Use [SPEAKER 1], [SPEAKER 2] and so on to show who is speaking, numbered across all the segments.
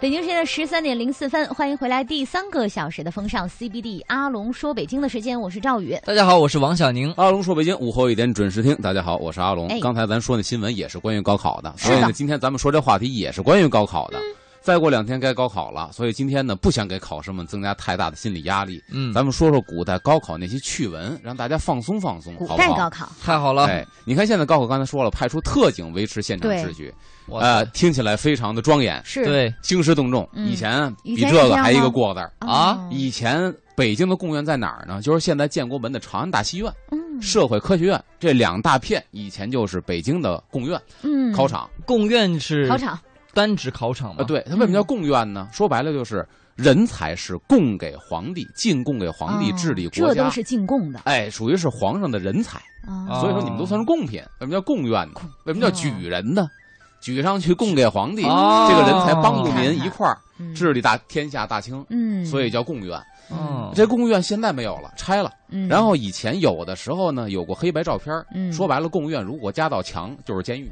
[SPEAKER 1] 北京时间的十三点零四分，欢迎回来第三个小时的风尚 CBD，阿龙说北京的时间，我是赵宇。
[SPEAKER 2] 大家好，我是王小宁。
[SPEAKER 3] 阿龙说：“北京午后一点准时听。”大家好，我是阿龙。
[SPEAKER 1] 哎
[SPEAKER 3] 刚才咱说那新闻也是关于高考的，
[SPEAKER 1] 是的嗯
[SPEAKER 3] 所以呢，今天咱们说这话题也是关于高考的。再过两天该高考了，所以今天呢，不想给考生们增加太大的心理压力。
[SPEAKER 2] 嗯，
[SPEAKER 3] 咱们说说古代高考那些趣闻，让大家放松放松，
[SPEAKER 1] 古
[SPEAKER 3] 好不
[SPEAKER 1] 代
[SPEAKER 3] 好？
[SPEAKER 1] 高考，
[SPEAKER 2] 太好了，
[SPEAKER 3] 哎，你看现在高考，刚才说了，派出特警维持现场
[SPEAKER 1] 对
[SPEAKER 3] 秩序，
[SPEAKER 1] 嗯
[SPEAKER 2] 我
[SPEAKER 3] 呃，听起来非常的庄严、
[SPEAKER 1] 是
[SPEAKER 2] 对
[SPEAKER 3] 兴师动众。
[SPEAKER 1] 嗯
[SPEAKER 3] 以前比
[SPEAKER 1] 以前是
[SPEAKER 3] 这
[SPEAKER 1] 这
[SPEAKER 3] 个
[SPEAKER 1] 样
[SPEAKER 3] 还一个
[SPEAKER 1] 吗
[SPEAKER 3] 过字儿。
[SPEAKER 2] 啊
[SPEAKER 1] 哦
[SPEAKER 3] 以前北京的公园在哪儿呢？就是现在建国门的长安大戏院。
[SPEAKER 1] 嗯
[SPEAKER 3] 社会科学院这两大片，以前就是北京的贡院
[SPEAKER 1] 嗯
[SPEAKER 3] 考场。
[SPEAKER 2] 贡院是
[SPEAKER 1] 考场
[SPEAKER 2] 单指考场吗？
[SPEAKER 3] 呃，，对，它为什么叫
[SPEAKER 1] 嗯
[SPEAKER 3] 贡院呢？说白了就是人才是供给皇帝，进贡给皇帝
[SPEAKER 1] 哦
[SPEAKER 3] 治理国
[SPEAKER 1] 这
[SPEAKER 3] 家
[SPEAKER 1] 都。是进贡的
[SPEAKER 3] 哎，属于是皇上的人才，
[SPEAKER 1] 啊
[SPEAKER 2] 哦
[SPEAKER 3] 所以说你们都算是贡品。为什么叫贡院呢？为什么叫举人呢？
[SPEAKER 1] 啊
[SPEAKER 3] 举上去供给皇帝，
[SPEAKER 2] 哦
[SPEAKER 3] 这个人才帮助您
[SPEAKER 1] 你看看
[SPEAKER 3] 一块儿
[SPEAKER 1] 啊嗯
[SPEAKER 3] 治理大天下大清，
[SPEAKER 1] 嗯，
[SPEAKER 3] 所以叫贡院。
[SPEAKER 2] 哦，
[SPEAKER 3] 这贡院现在没有了，拆了。
[SPEAKER 1] 嗯
[SPEAKER 3] 然后以前有的时候呢，有过黑白照片儿。
[SPEAKER 1] 嗯
[SPEAKER 3] 说白了，贡院如果加到墙就是监狱，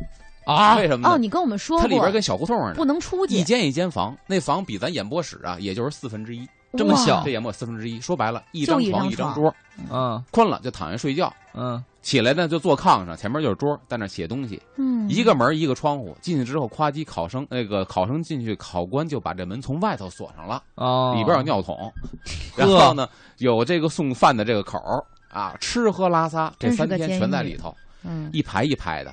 [SPEAKER 2] 啊
[SPEAKER 3] 为什么呢？
[SPEAKER 1] 哦，你跟我们说
[SPEAKER 3] 它
[SPEAKER 1] 过
[SPEAKER 3] 里边跟小胡同似
[SPEAKER 1] 不
[SPEAKER 3] 的，
[SPEAKER 1] 能出
[SPEAKER 3] 一
[SPEAKER 1] 去，
[SPEAKER 3] 间一间房，那房比咱演播室啊，也就是四分之一，
[SPEAKER 2] 这么
[SPEAKER 1] 哇
[SPEAKER 2] 小
[SPEAKER 3] 这演播四分之一。说白了，一张
[SPEAKER 1] 就一张
[SPEAKER 3] 床一张桌，
[SPEAKER 2] 嗯
[SPEAKER 3] 困了就躺下睡觉，
[SPEAKER 2] 嗯，
[SPEAKER 3] 起来呢就坐炕上，前面就是桌，在那写东西，
[SPEAKER 1] 嗯
[SPEAKER 3] 一个门儿一个窗户，进去之后，夸叽，考生那个考生进去，考官就把这门从外头锁上了，
[SPEAKER 2] 哦，
[SPEAKER 3] 里边有 尿桶，然后呢有这个送饭的这个口儿啊，吃喝拉撒这
[SPEAKER 1] 真是
[SPEAKER 3] 三
[SPEAKER 1] 个
[SPEAKER 3] 天
[SPEAKER 1] 监
[SPEAKER 3] 全在
[SPEAKER 1] 狱
[SPEAKER 3] 里头。
[SPEAKER 1] 嗯
[SPEAKER 3] 一排一排的。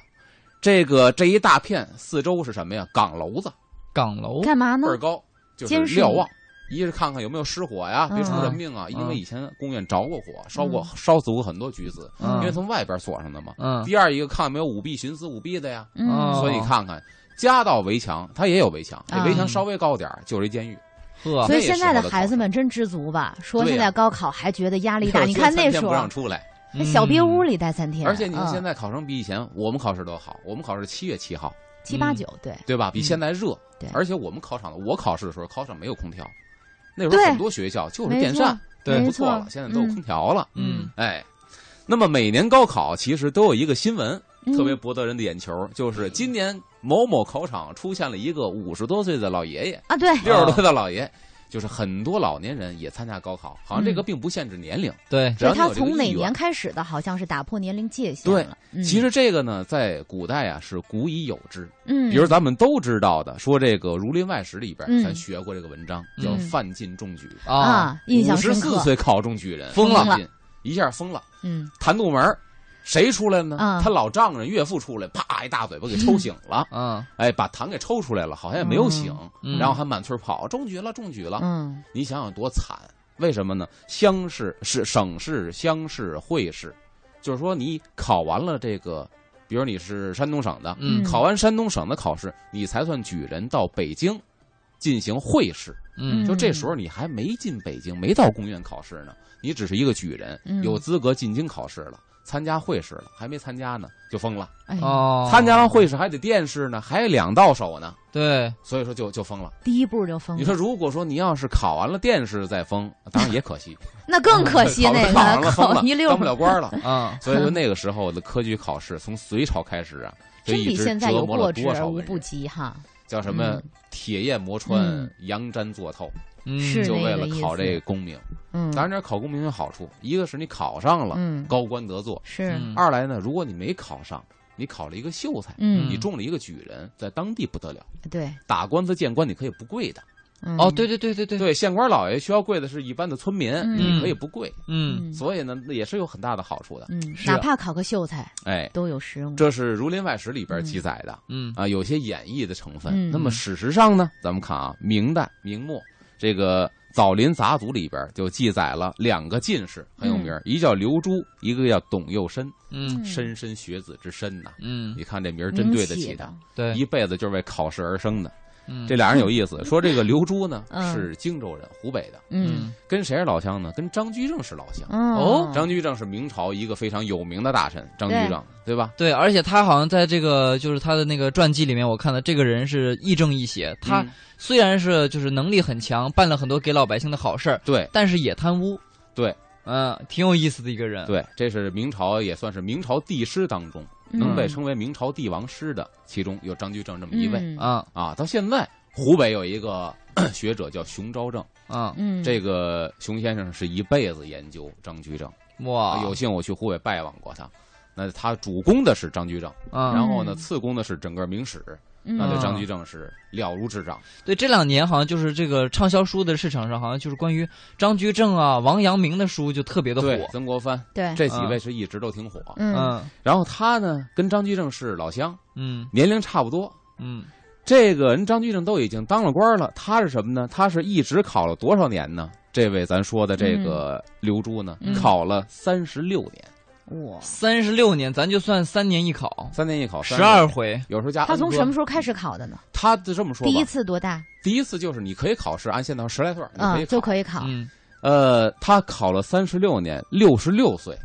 [SPEAKER 3] 这个这一大片四周是什么呀？岗楼子
[SPEAKER 2] 岗楼，
[SPEAKER 1] 干嘛呢
[SPEAKER 3] 倍？儿高，就
[SPEAKER 1] 监
[SPEAKER 3] 是
[SPEAKER 1] 视
[SPEAKER 3] 瞭
[SPEAKER 1] 你
[SPEAKER 3] 望。一是看看有没有失火呀，别出
[SPEAKER 2] 嗯
[SPEAKER 3] 人命啊！因为
[SPEAKER 2] 嗯
[SPEAKER 3] 以前公园着过火，烧过
[SPEAKER 1] 嗯
[SPEAKER 3] 烧死过很多橘子，
[SPEAKER 2] 嗯
[SPEAKER 3] 因为从外边锁上的嘛。
[SPEAKER 2] 嗯
[SPEAKER 3] 第二一个看有没有舞弊、徇私舞弊的呀，
[SPEAKER 1] 嗯
[SPEAKER 2] 哦
[SPEAKER 3] 啊所以你看看。夹道围墙，它也有围墙，这
[SPEAKER 1] 嗯
[SPEAKER 3] 围
[SPEAKER 2] 啊
[SPEAKER 3] 墙稍微高点儿就是一监狱。
[SPEAKER 2] 呵，
[SPEAKER 1] 所以
[SPEAKER 3] 啊那
[SPEAKER 1] 现
[SPEAKER 3] 时
[SPEAKER 1] 在
[SPEAKER 3] 候
[SPEAKER 1] 的
[SPEAKER 3] 的
[SPEAKER 1] 孩
[SPEAKER 3] 考
[SPEAKER 1] 子们真知足吧？说
[SPEAKER 3] 对
[SPEAKER 1] 现
[SPEAKER 3] 呀
[SPEAKER 1] 在高考还觉得压力大，
[SPEAKER 3] 就是
[SPEAKER 1] 你
[SPEAKER 3] 说
[SPEAKER 1] 看
[SPEAKER 3] 三
[SPEAKER 1] 那
[SPEAKER 3] 天
[SPEAKER 1] 时
[SPEAKER 3] 不
[SPEAKER 1] 候
[SPEAKER 3] 让出来，
[SPEAKER 1] 那小
[SPEAKER 2] 别
[SPEAKER 1] 别屋里待三天，
[SPEAKER 3] 而且你看
[SPEAKER 1] 嗯
[SPEAKER 3] 现在考生比以前我们考试都好，我们考试七月七号，
[SPEAKER 1] 七八
[SPEAKER 2] 嗯
[SPEAKER 1] 九对，
[SPEAKER 3] 对吧？比现在热。
[SPEAKER 1] 对
[SPEAKER 3] 而且我们考场的，我考试的时候，考场没有空调，那时候
[SPEAKER 1] 对
[SPEAKER 3] 很多学校就是
[SPEAKER 1] 没
[SPEAKER 3] 电
[SPEAKER 1] 错
[SPEAKER 3] 扇，
[SPEAKER 2] 对
[SPEAKER 3] 不
[SPEAKER 1] 没
[SPEAKER 3] 错
[SPEAKER 1] 错
[SPEAKER 3] 了，，现在都有
[SPEAKER 1] 嗯
[SPEAKER 3] 空调了。
[SPEAKER 2] 嗯
[SPEAKER 3] 哎，那么每年高考其实都有一个新闻
[SPEAKER 1] 嗯
[SPEAKER 3] 特别博得人的眼球，就是今年某某考场出现了一个五十多岁的老爷爷，
[SPEAKER 1] 啊，对，
[SPEAKER 3] 六十多岁的老爷。就是很多老年人也参加高考，好像这个并不限制年龄。
[SPEAKER 2] 对，
[SPEAKER 3] 只要
[SPEAKER 1] 嗯所以他
[SPEAKER 3] 你有这个
[SPEAKER 1] 从哪
[SPEAKER 3] 意愿
[SPEAKER 1] 年开始的，好像是打破年龄界限
[SPEAKER 3] 对
[SPEAKER 1] 了。嗯
[SPEAKER 3] 其，实这个呢，在古代啊是古已有之，
[SPEAKER 1] 嗯，
[SPEAKER 3] 比如咱们都知道的，说这个《儒林外史》里边
[SPEAKER 1] 嗯
[SPEAKER 3] 咱学过这个文章，
[SPEAKER 2] 嗯
[SPEAKER 3] 叫“范进中举
[SPEAKER 2] 啊，
[SPEAKER 1] 啊，”，印象
[SPEAKER 3] 十
[SPEAKER 1] 深刻。
[SPEAKER 3] 四岁考中举人，
[SPEAKER 2] 疯
[SPEAKER 1] 了
[SPEAKER 3] 范进，一下疯了。
[SPEAKER 1] 嗯，
[SPEAKER 3] 弹肚门儿谁出来呢？
[SPEAKER 1] 嗯
[SPEAKER 3] 他老丈人岳父出来，啪一大嘴巴给抽醒了，
[SPEAKER 2] 嗯
[SPEAKER 1] 啊
[SPEAKER 3] 哎，把痰给抽出来了，好像也没有醒，
[SPEAKER 2] 嗯
[SPEAKER 3] 然后还满村跑，中举了，中举了。
[SPEAKER 1] 嗯，
[SPEAKER 3] 你想想多惨，为什么呢？乡试是省试、乡试、会试，就是说你考完了这个，比如你是山东省的，
[SPEAKER 2] 嗯
[SPEAKER 3] 考完山东省的考试，你才算举人到北京进行会试。
[SPEAKER 2] 嗯
[SPEAKER 3] 就这时候你还没进北京，没到公院考试呢，你只是一个举人
[SPEAKER 1] 嗯，
[SPEAKER 3] 有资格进京考试了，参加会试了，还没参加呢就疯了。
[SPEAKER 1] 哎呀，
[SPEAKER 2] 哦，
[SPEAKER 3] 参加完会试还得殿试呢，还两到手呢，
[SPEAKER 2] 对，
[SPEAKER 3] 所以说就就疯了。
[SPEAKER 1] 第一步就疯
[SPEAKER 3] 你
[SPEAKER 1] 了，
[SPEAKER 3] 说如果说你要是考完了殿试再疯，当然也可 惜，
[SPEAKER 1] 那更可惜
[SPEAKER 3] 考
[SPEAKER 1] 那
[SPEAKER 3] 考完
[SPEAKER 1] 个
[SPEAKER 3] 了疯
[SPEAKER 1] 考
[SPEAKER 3] 了
[SPEAKER 1] 一，溜
[SPEAKER 3] 当不了 官了。
[SPEAKER 2] 啊，
[SPEAKER 3] 所以说那个时候的科举考试，从隋朝开始啊，就
[SPEAKER 1] 真比
[SPEAKER 3] 一直
[SPEAKER 1] 现在
[SPEAKER 3] 折
[SPEAKER 1] 有
[SPEAKER 3] 磨
[SPEAKER 1] 过
[SPEAKER 3] 了
[SPEAKER 1] 之
[SPEAKER 3] 多
[SPEAKER 1] 而
[SPEAKER 3] 少
[SPEAKER 1] 无
[SPEAKER 3] 文
[SPEAKER 1] 不
[SPEAKER 3] 人，
[SPEAKER 1] 及哈。
[SPEAKER 3] 叫什么
[SPEAKER 1] 嗯
[SPEAKER 3] 铁叶磨穿
[SPEAKER 1] 嗯，
[SPEAKER 3] 杨毡作透，
[SPEAKER 2] 嗯
[SPEAKER 1] 是
[SPEAKER 3] 就
[SPEAKER 1] 那
[SPEAKER 3] 为
[SPEAKER 1] 个
[SPEAKER 3] 了
[SPEAKER 1] 意
[SPEAKER 3] 考
[SPEAKER 1] 思
[SPEAKER 3] 这功名。
[SPEAKER 1] 嗯，
[SPEAKER 3] 当然，这考功名有好处，一个是你考上了，
[SPEAKER 1] 嗯
[SPEAKER 3] 高官得做；
[SPEAKER 1] 是，
[SPEAKER 2] 嗯
[SPEAKER 3] 二来呢，如果你没考上，你考了一个秀才，
[SPEAKER 1] 嗯
[SPEAKER 3] 你中了一个举人，在当地不得了，
[SPEAKER 1] 对，
[SPEAKER 3] 打官司见官你可以不跪的。
[SPEAKER 1] 嗯
[SPEAKER 2] 哦，，对对对对对，
[SPEAKER 3] 嗯对，县官老爷需要跪的是一般的村民，
[SPEAKER 1] 嗯
[SPEAKER 3] 你可以不跪，
[SPEAKER 2] 嗯
[SPEAKER 1] 嗯
[SPEAKER 3] 所以呢，也是有很大的好处的。
[SPEAKER 1] 嗯，
[SPEAKER 2] 是
[SPEAKER 1] 哪
[SPEAKER 2] 啊
[SPEAKER 1] 怕考个秀才
[SPEAKER 3] 哎，
[SPEAKER 1] 都有实用。
[SPEAKER 3] 这是《儒林外史》里边记载的
[SPEAKER 2] 嗯
[SPEAKER 3] 啊，有些演绎的成分。
[SPEAKER 1] 嗯
[SPEAKER 3] 那么事实上呢，咱们看啊，明代、明末这个。枣林杂俎里边就记载了两个进士很有名，一叫刘珠，一个叫董又深。
[SPEAKER 2] 嗯
[SPEAKER 1] 嗯
[SPEAKER 3] 莘莘学子之身呐、
[SPEAKER 2] 嗯，
[SPEAKER 3] 你看这名儿真
[SPEAKER 1] 名
[SPEAKER 3] 对得
[SPEAKER 1] 气
[SPEAKER 3] 起他，
[SPEAKER 2] 对，
[SPEAKER 3] 一辈子就是为考试而生的。
[SPEAKER 2] 嗯
[SPEAKER 3] 这俩人有意思，说这个刘珠呢
[SPEAKER 1] 嗯
[SPEAKER 3] 是荆州人，湖北的，
[SPEAKER 1] 嗯，
[SPEAKER 3] 跟谁是老乡呢？跟张居正是老乡。
[SPEAKER 1] 哦
[SPEAKER 3] 张居正是明朝一个非常有名的大臣，张居
[SPEAKER 1] 对
[SPEAKER 3] 正对吧？
[SPEAKER 2] 对，而且他好像在这个就是他的那个传记里面，我看到这个人是亦正亦邪。他
[SPEAKER 3] 嗯
[SPEAKER 2] 虽然是就是能力很强，办了很多给老百姓的好事儿，
[SPEAKER 3] 对
[SPEAKER 2] 但是也贪污。
[SPEAKER 3] 对，
[SPEAKER 2] 嗯，挺有意思的一个人。，
[SPEAKER 3] 对，这是明朝也算是明朝帝师当中
[SPEAKER 1] 嗯
[SPEAKER 3] 能被称为明朝帝王师的，其中有张居正这么一位
[SPEAKER 1] 嗯
[SPEAKER 2] 啊，
[SPEAKER 3] 啊。到现在湖北有一个 学者叫熊昭正，
[SPEAKER 2] 啊，
[SPEAKER 1] 嗯，
[SPEAKER 3] 这个熊先生是一辈子研究张居正，
[SPEAKER 2] 哇，
[SPEAKER 3] 啊有幸我去湖北拜望过他。那他主攻的是张居正，
[SPEAKER 2] 啊，
[SPEAKER 3] 然后呢，
[SPEAKER 1] 嗯
[SPEAKER 3] 次攻的是整个明史，
[SPEAKER 1] 嗯
[SPEAKER 3] 那
[SPEAKER 2] 就
[SPEAKER 3] 对
[SPEAKER 2] 这样
[SPEAKER 3] 张居正是了如指掌。
[SPEAKER 2] 对，这两年好像就是这个畅销书的市场上，好像就是关于张居正啊、王阳明的书就特别的
[SPEAKER 3] 对，
[SPEAKER 2] 火。
[SPEAKER 3] 曾国藩
[SPEAKER 1] 对，
[SPEAKER 3] 这几位是一直都挺火。
[SPEAKER 1] 嗯
[SPEAKER 2] 嗯
[SPEAKER 3] 然后他呢，跟张居正是老乡，
[SPEAKER 2] 嗯
[SPEAKER 3] 年龄差不多。
[SPEAKER 2] 嗯，
[SPEAKER 3] 这个人张居正都已经当了官了，他是什么呢？他是一直考了多少年呢？这位咱说的这个刘珠呢，
[SPEAKER 1] 嗯
[SPEAKER 3] 考了三十六年，
[SPEAKER 1] 我
[SPEAKER 2] 三十六年，咱就算三年一考，
[SPEAKER 3] 三年一考
[SPEAKER 2] 十二
[SPEAKER 3] 回，
[SPEAKER 2] 回。
[SPEAKER 3] 有时候加
[SPEAKER 1] 他从
[SPEAKER 3] N
[SPEAKER 1] 什么
[SPEAKER 3] 科？
[SPEAKER 1] 时候开始考的呢？
[SPEAKER 3] 他就这么啊说吧，
[SPEAKER 1] 第一次多大？
[SPEAKER 3] 第一次就是你可以考试，按现在十来岁儿你可以
[SPEAKER 1] 嗯，就
[SPEAKER 3] 考
[SPEAKER 1] 可以考。
[SPEAKER 2] 嗯，
[SPEAKER 3] 呃，他考了三十六年，六十六岁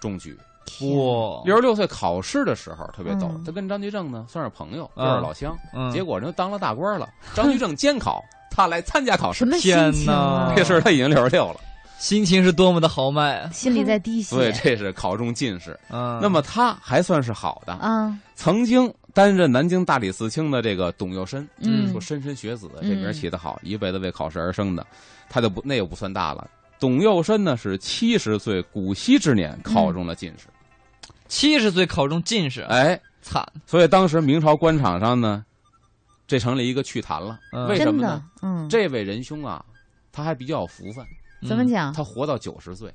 [SPEAKER 3] 中举。
[SPEAKER 2] 哇，
[SPEAKER 3] 六十六岁考试的时候特别逗
[SPEAKER 1] 哦嗯，
[SPEAKER 3] 他跟张居正呢算是朋友，又
[SPEAKER 2] 嗯
[SPEAKER 3] 是老乡，
[SPEAKER 2] 嗯
[SPEAKER 3] 结果人就当了大官了。张居正监考，
[SPEAKER 1] 嗯
[SPEAKER 3] 他来参加考
[SPEAKER 1] 什
[SPEAKER 3] 试，
[SPEAKER 1] 么心
[SPEAKER 2] 天
[SPEAKER 1] 情
[SPEAKER 2] 哪
[SPEAKER 1] 啊？
[SPEAKER 3] 这事儿他已经六十六了，
[SPEAKER 2] 心情是多么的豪迈。
[SPEAKER 1] 心里在滴血。
[SPEAKER 3] 所以这是考中进士。
[SPEAKER 2] 嗯，
[SPEAKER 3] 那么他还算是好的，
[SPEAKER 1] 啊，
[SPEAKER 3] 曾经担任南京大理寺卿的这个董又深，
[SPEAKER 1] 嗯
[SPEAKER 3] 说莘莘学子这
[SPEAKER 1] 嗯
[SPEAKER 3] 名儿起得好，一辈子为考试而生的，他就不那又不算大了。董又深呢是七十岁古稀之年
[SPEAKER 1] 嗯
[SPEAKER 3] 考中了进士，
[SPEAKER 2] 七十岁考中进士，
[SPEAKER 3] 哎，
[SPEAKER 2] 惨。
[SPEAKER 3] 所以当时明朝官场上呢，这成了一个趣谈了。
[SPEAKER 2] 嗯
[SPEAKER 3] 为什
[SPEAKER 1] 真
[SPEAKER 3] 么
[SPEAKER 1] 的
[SPEAKER 3] 呢？，
[SPEAKER 1] 嗯，
[SPEAKER 3] 这位仁兄啊，他还比较有福分，
[SPEAKER 2] 嗯
[SPEAKER 1] 怎么讲？
[SPEAKER 3] 他活到九十岁，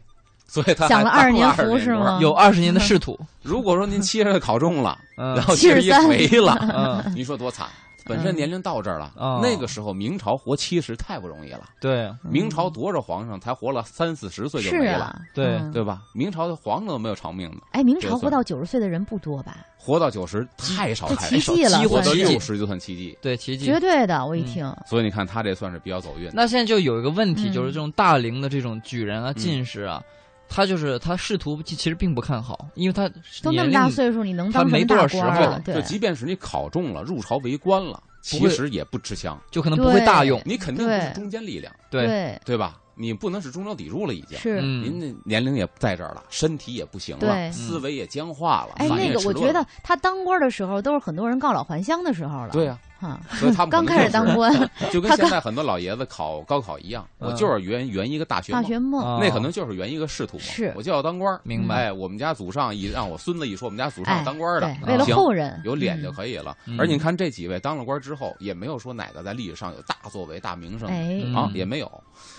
[SPEAKER 3] 所以他还
[SPEAKER 1] 享了
[SPEAKER 3] 当
[SPEAKER 1] 二十年福
[SPEAKER 3] 官
[SPEAKER 1] 是吗
[SPEAKER 2] 嗯有二十年的仕途。
[SPEAKER 3] 如果说您七十岁考中了，
[SPEAKER 2] 嗯
[SPEAKER 3] 然后七十一
[SPEAKER 1] 73
[SPEAKER 3] 回 了，
[SPEAKER 2] 嗯，
[SPEAKER 3] 您说多惨？本身年龄到这儿了，
[SPEAKER 2] 嗯哦
[SPEAKER 3] 那个时候明朝活七十太不容易了。
[SPEAKER 2] 对，
[SPEAKER 3] 明朝多少皇上才活了三四十岁就是没了，
[SPEAKER 1] 嗯啊，
[SPEAKER 2] 对
[SPEAKER 1] 嗯
[SPEAKER 3] 对吧？明朝的皇上都没有长命的，
[SPEAKER 1] 哎，明
[SPEAKER 3] 这
[SPEAKER 1] 朝活
[SPEAKER 3] 算
[SPEAKER 1] 到九十岁的人不多吧？
[SPEAKER 3] 活到九十太少
[SPEAKER 1] 这
[SPEAKER 3] 太
[SPEAKER 1] 奇
[SPEAKER 3] 少，
[SPEAKER 1] 迹了
[SPEAKER 3] 活到
[SPEAKER 2] 算是
[SPEAKER 3] 六十就算奇迹。
[SPEAKER 2] 对，奇迹
[SPEAKER 1] 绝。对的，我一
[SPEAKER 2] 嗯
[SPEAKER 1] 听，
[SPEAKER 3] 所以你看他这算是比较走运。
[SPEAKER 2] 那现在就有一个问题，
[SPEAKER 1] 嗯
[SPEAKER 2] 就是这种大龄的这种举人啊、
[SPEAKER 3] 嗯
[SPEAKER 2] 进士啊，他就是他仕途其其实并不看好，因为他
[SPEAKER 1] 都那
[SPEAKER 2] 年
[SPEAKER 1] 么大
[SPEAKER 2] 龄
[SPEAKER 1] 岁数，你能
[SPEAKER 2] 他
[SPEAKER 1] 当什
[SPEAKER 2] 没
[SPEAKER 1] 么
[SPEAKER 2] 多
[SPEAKER 1] 大
[SPEAKER 2] 少时
[SPEAKER 1] 官
[SPEAKER 2] 候
[SPEAKER 1] 啊
[SPEAKER 2] 了？
[SPEAKER 1] 对
[SPEAKER 3] 就，即便是你考中了，入朝为官了，
[SPEAKER 2] 不
[SPEAKER 3] 其
[SPEAKER 2] 会
[SPEAKER 3] 实也不吃香，
[SPEAKER 2] 就可能不会
[SPEAKER 1] 对
[SPEAKER 2] 大用。
[SPEAKER 3] 你肯定不是
[SPEAKER 1] 对
[SPEAKER 3] 中坚力量，
[SPEAKER 2] 对，
[SPEAKER 1] 对，
[SPEAKER 3] 对吧？你不能是中流砥柱了，已经。
[SPEAKER 1] 是。
[SPEAKER 2] 嗯
[SPEAKER 3] 您，的年龄也在这儿了，身体也不行
[SPEAKER 1] 对
[SPEAKER 3] 了，思维也僵化了。
[SPEAKER 1] 哎，
[SPEAKER 3] 反应
[SPEAKER 1] 那
[SPEAKER 3] 也
[SPEAKER 1] 个
[SPEAKER 3] 迟
[SPEAKER 1] 我
[SPEAKER 3] 钝
[SPEAKER 1] 觉得
[SPEAKER 3] 了
[SPEAKER 1] 他当官的时候，都是很多人告老还乡的时候了。
[SPEAKER 3] 对啊，
[SPEAKER 1] 哈，
[SPEAKER 3] 所以他们
[SPEAKER 1] 刚
[SPEAKER 3] 可能
[SPEAKER 1] 开始
[SPEAKER 3] 就
[SPEAKER 1] 当
[SPEAKER 3] 是，
[SPEAKER 1] 官，
[SPEAKER 3] 就跟
[SPEAKER 1] 他
[SPEAKER 3] 现在很多老爷子考高考一样，
[SPEAKER 2] 嗯
[SPEAKER 3] 我就是圆圆一个大学
[SPEAKER 1] 大
[SPEAKER 3] 梦，
[SPEAKER 1] 学梦，
[SPEAKER 2] 啊
[SPEAKER 3] 那可能就是圆一个仕途嘛，
[SPEAKER 1] 是
[SPEAKER 3] 我就要当官儿。
[SPEAKER 2] 明白
[SPEAKER 3] 哎，我们家祖上一让我孙子一说，我们家祖
[SPEAKER 1] 哎
[SPEAKER 3] 上，当官儿的
[SPEAKER 1] 对，，为了
[SPEAKER 3] 行
[SPEAKER 1] 后人
[SPEAKER 3] 有脸就
[SPEAKER 1] 嗯
[SPEAKER 3] 可以了
[SPEAKER 2] 嗯。
[SPEAKER 3] 而你看这几位当了官之后，也没有说哪个在历史上有大作为、大名声
[SPEAKER 1] 哎，
[SPEAKER 2] 嗯
[SPEAKER 3] 啊，也没有。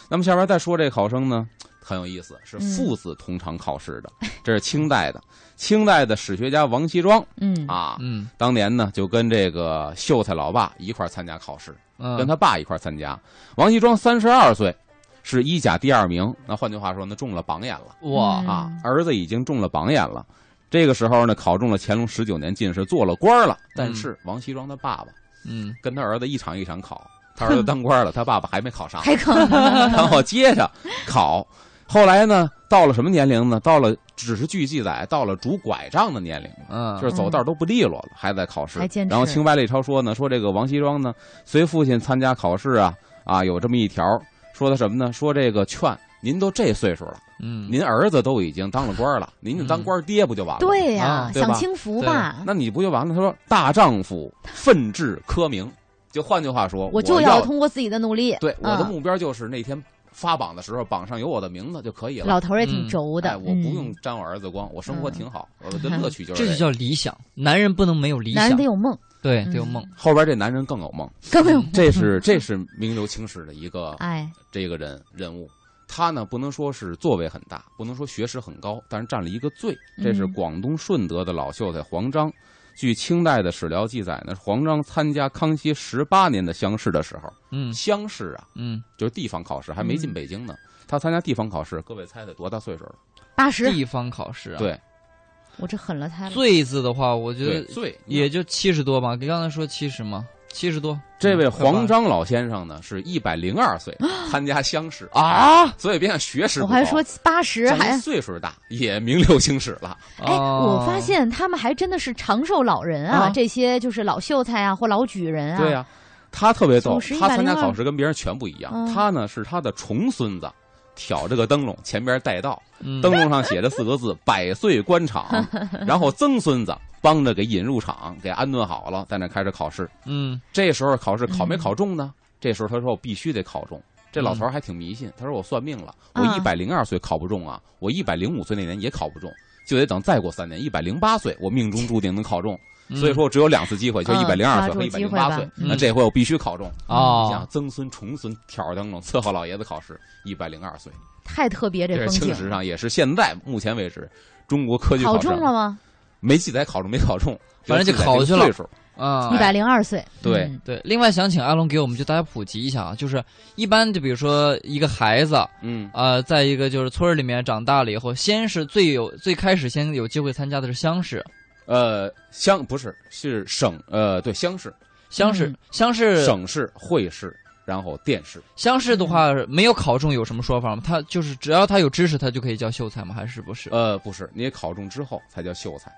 [SPEAKER 3] 那么下边再说这考生呢，很有意思，
[SPEAKER 1] 嗯
[SPEAKER 3] 是父子同场考试的，这是清代的。清代的史学家王锡庄
[SPEAKER 1] 嗯，
[SPEAKER 3] 啊，
[SPEAKER 2] 嗯
[SPEAKER 3] 当年呢就跟这个秀才老爸一块儿参加考试，
[SPEAKER 2] 嗯，
[SPEAKER 3] 跟他爸一块儿参加。王锡庄三十二岁，是一甲第二名，那换句话说呢，中了榜眼了。
[SPEAKER 2] 哇
[SPEAKER 1] 嗯
[SPEAKER 3] 啊，儿子已经中了榜眼了。这个时候呢，考中了乾隆十九年进士，做了官了。但是王锡庄他爸爸
[SPEAKER 2] 嗯
[SPEAKER 3] 跟他儿子一场一场考，他儿子当官了，他爸爸还没考上，
[SPEAKER 1] 还可
[SPEAKER 3] 然后接着考。后来呢，到了什么年龄呢？到了只是据记载，到了拄拐杖的年龄，
[SPEAKER 2] 嗯，
[SPEAKER 3] 就是走道都不利落了，还在考试
[SPEAKER 1] 还坚。持
[SPEAKER 3] 然后清白丽超说呢，说这个王锡庄呢，随父亲参加考试啊啊，有这么一条，说的什么呢？说这个劝您都这岁数了。
[SPEAKER 2] 嗯
[SPEAKER 3] 您儿子都已经当了官了，您就当官爹不就完了？，
[SPEAKER 1] 嗯对呀
[SPEAKER 2] 啊，
[SPEAKER 3] 对吧
[SPEAKER 1] 享清福吧。
[SPEAKER 3] 那你不就完了？他说：“大丈夫奋志科名。”就换句话说，我
[SPEAKER 1] 就要
[SPEAKER 3] 要
[SPEAKER 1] 通过自己的努力。
[SPEAKER 3] 对我的
[SPEAKER 1] 嗯
[SPEAKER 3] 目标就是那天发榜的时候，榜上有我的名字就可以了。
[SPEAKER 1] 老头儿也挺
[SPEAKER 2] 嗯
[SPEAKER 1] 轴的，
[SPEAKER 3] 哎，我不
[SPEAKER 1] 嗯
[SPEAKER 3] 用沾我儿子光，我生活挺好， 我的乐趣就是
[SPEAKER 2] 这就
[SPEAKER 3] 这个。
[SPEAKER 2] 叫理想，男人不能没有理
[SPEAKER 1] 男
[SPEAKER 2] 想
[SPEAKER 1] 人得，有梦，
[SPEAKER 2] 对，
[SPEAKER 1] 嗯
[SPEAKER 2] 得有梦。
[SPEAKER 3] 后边这男人更有梦，
[SPEAKER 1] 更有
[SPEAKER 3] 这是这是名留青史的一个
[SPEAKER 1] 哎，
[SPEAKER 3] 这个人人物。他呢，不能说是作为很大，不能说学识很高，但是占了一个罪。这是
[SPEAKER 1] 嗯
[SPEAKER 3] 广东顺德的老秀才黄章。据清代的史料记载呢，黄章参加康熙十八年的乡试的时候，
[SPEAKER 2] 嗯
[SPEAKER 3] 乡试啊，
[SPEAKER 2] 嗯，
[SPEAKER 3] 就是地方考试，还
[SPEAKER 1] 嗯
[SPEAKER 3] 没进北京呢。他参加地方考试，各位猜猜多大岁数了？
[SPEAKER 1] 八十，
[SPEAKER 2] 地方考试啊，
[SPEAKER 3] 对，
[SPEAKER 1] 我这狠了他了。
[SPEAKER 2] 罪字的话，我觉
[SPEAKER 3] 对，
[SPEAKER 2] 得
[SPEAKER 3] 罪嗯
[SPEAKER 2] 也就七十多吧。你刚才说七十吗？七十多。
[SPEAKER 3] 这位
[SPEAKER 2] 嗯
[SPEAKER 3] 黄
[SPEAKER 2] 快八
[SPEAKER 3] 章老先生呢，是一百零 二岁，参加乡试，
[SPEAKER 1] 哎
[SPEAKER 2] 啊，
[SPEAKER 3] 所以别看学识
[SPEAKER 1] 我
[SPEAKER 3] 不
[SPEAKER 1] 还
[SPEAKER 3] 高
[SPEAKER 1] 说八十
[SPEAKER 3] 咱
[SPEAKER 1] 还
[SPEAKER 3] 岁数大也名留青史了。
[SPEAKER 1] 哎，我
[SPEAKER 2] 哦
[SPEAKER 1] 发现他们还真的是长寿老人啊，
[SPEAKER 3] 啊
[SPEAKER 1] 这些就是老秀才啊或老举人啊。
[SPEAKER 3] 对呀、他特别逗
[SPEAKER 1] 总是，
[SPEAKER 3] 他参加
[SPEAKER 1] 102
[SPEAKER 3] 考试跟别人全不一样。
[SPEAKER 1] 嗯
[SPEAKER 3] 他呢是他的重孙子挑这个灯笼，前边带道，
[SPEAKER 2] 嗯
[SPEAKER 3] 灯笼上写着四个字“百岁官 场”，然后曾孙子帮着给引入场，给安顿好了，在那开始考试。
[SPEAKER 2] 嗯
[SPEAKER 3] 这时候考试考没
[SPEAKER 1] 嗯
[SPEAKER 3] 考中呢？这时候他说我必须得考中。这老头儿还挺迷信，他说我算命了，我
[SPEAKER 1] 啊
[SPEAKER 3] 一百零二岁考不中啊，我一百零五岁那年也考不中，就得等再过三年，一百零八岁我命中注定能考中。
[SPEAKER 2] 嗯
[SPEAKER 3] 所以说我只有两次机会，就一
[SPEAKER 1] 嗯
[SPEAKER 3] 百零二
[SPEAKER 1] 抓
[SPEAKER 3] 岁和一
[SPEAKER 1] 住
[SPEAKER 3] 百
[SPEAKER 1] 机
[SPEAKER 3] 零
[SPEAKER 1] 会
[SPEAKER 3] 八
[SPEAKER 1] 吧
[SPEAKER 3] 岁。
[SPEAKER 2] 嗯
[SPEAKER 3] 那这回我必须考中。你想
[SPEAKER 2] 哦，
[SPEAKER 3] 曾孙、重孙挑着灯笼伺候老爷子考试，一百零二岁，
[SPEAKER 1] 太特别这
[SPEAKER 3] 这是
[SPEAKER 1] 风
[SPEAKER 3] 清
[SPEAKER 1] 景。
[SPEAKER 3] 史上也是现在目前为止中国科举
[SPEAKER 1] 考
[SPEAKER 3] 考
[SPEAKER 1] 中
[SPEAKER 3] 生啊
[SPEAKER 1] 了吗？
[SPEAKER 3] 没记载考中没考中，
[SPEAKER 2] 反正就
[SPEAKER 3] 记载
[SPEAKER 2] 考
[SPEAKER 3] 这个
[SPEAKER 2] 去了
[SPEAKER 3] 岁数
[SPEAKER 2] 啊
[SPEAKER 3] 哎
[SPEAKER 1] 一，百零二岁。
[SPEAKER 3] 对
[SPEAKER 1] 嗯
[SPEAKER 2] 对。另外想请阿龙给我们就大家普及一下啊，就是一般就比如说一个孩子，
[SPEAKER 3] 嗯，
[SPEAKER 2] 呃，在一个就是村儿里面长大了以后，先是最有最开始先有机会参加的是乡试，
[SPEAKER 3] 呃，乡不是是省，呃，对，乡试、
[SPEAKER 2] 乡试、
[SPEAKER 1] 嗯
[SPEAKER 2] 乡试
[SPEAKER 3] 省试、会试，然后殿试。
[SPEAKER 2] 乡试的话没有考中有什么说法吗？他就是只要他有知识，他就可以叫秀才吗？还是不是？
[SPEAKER 3] 呃，不是，你考中之后才叫秀才。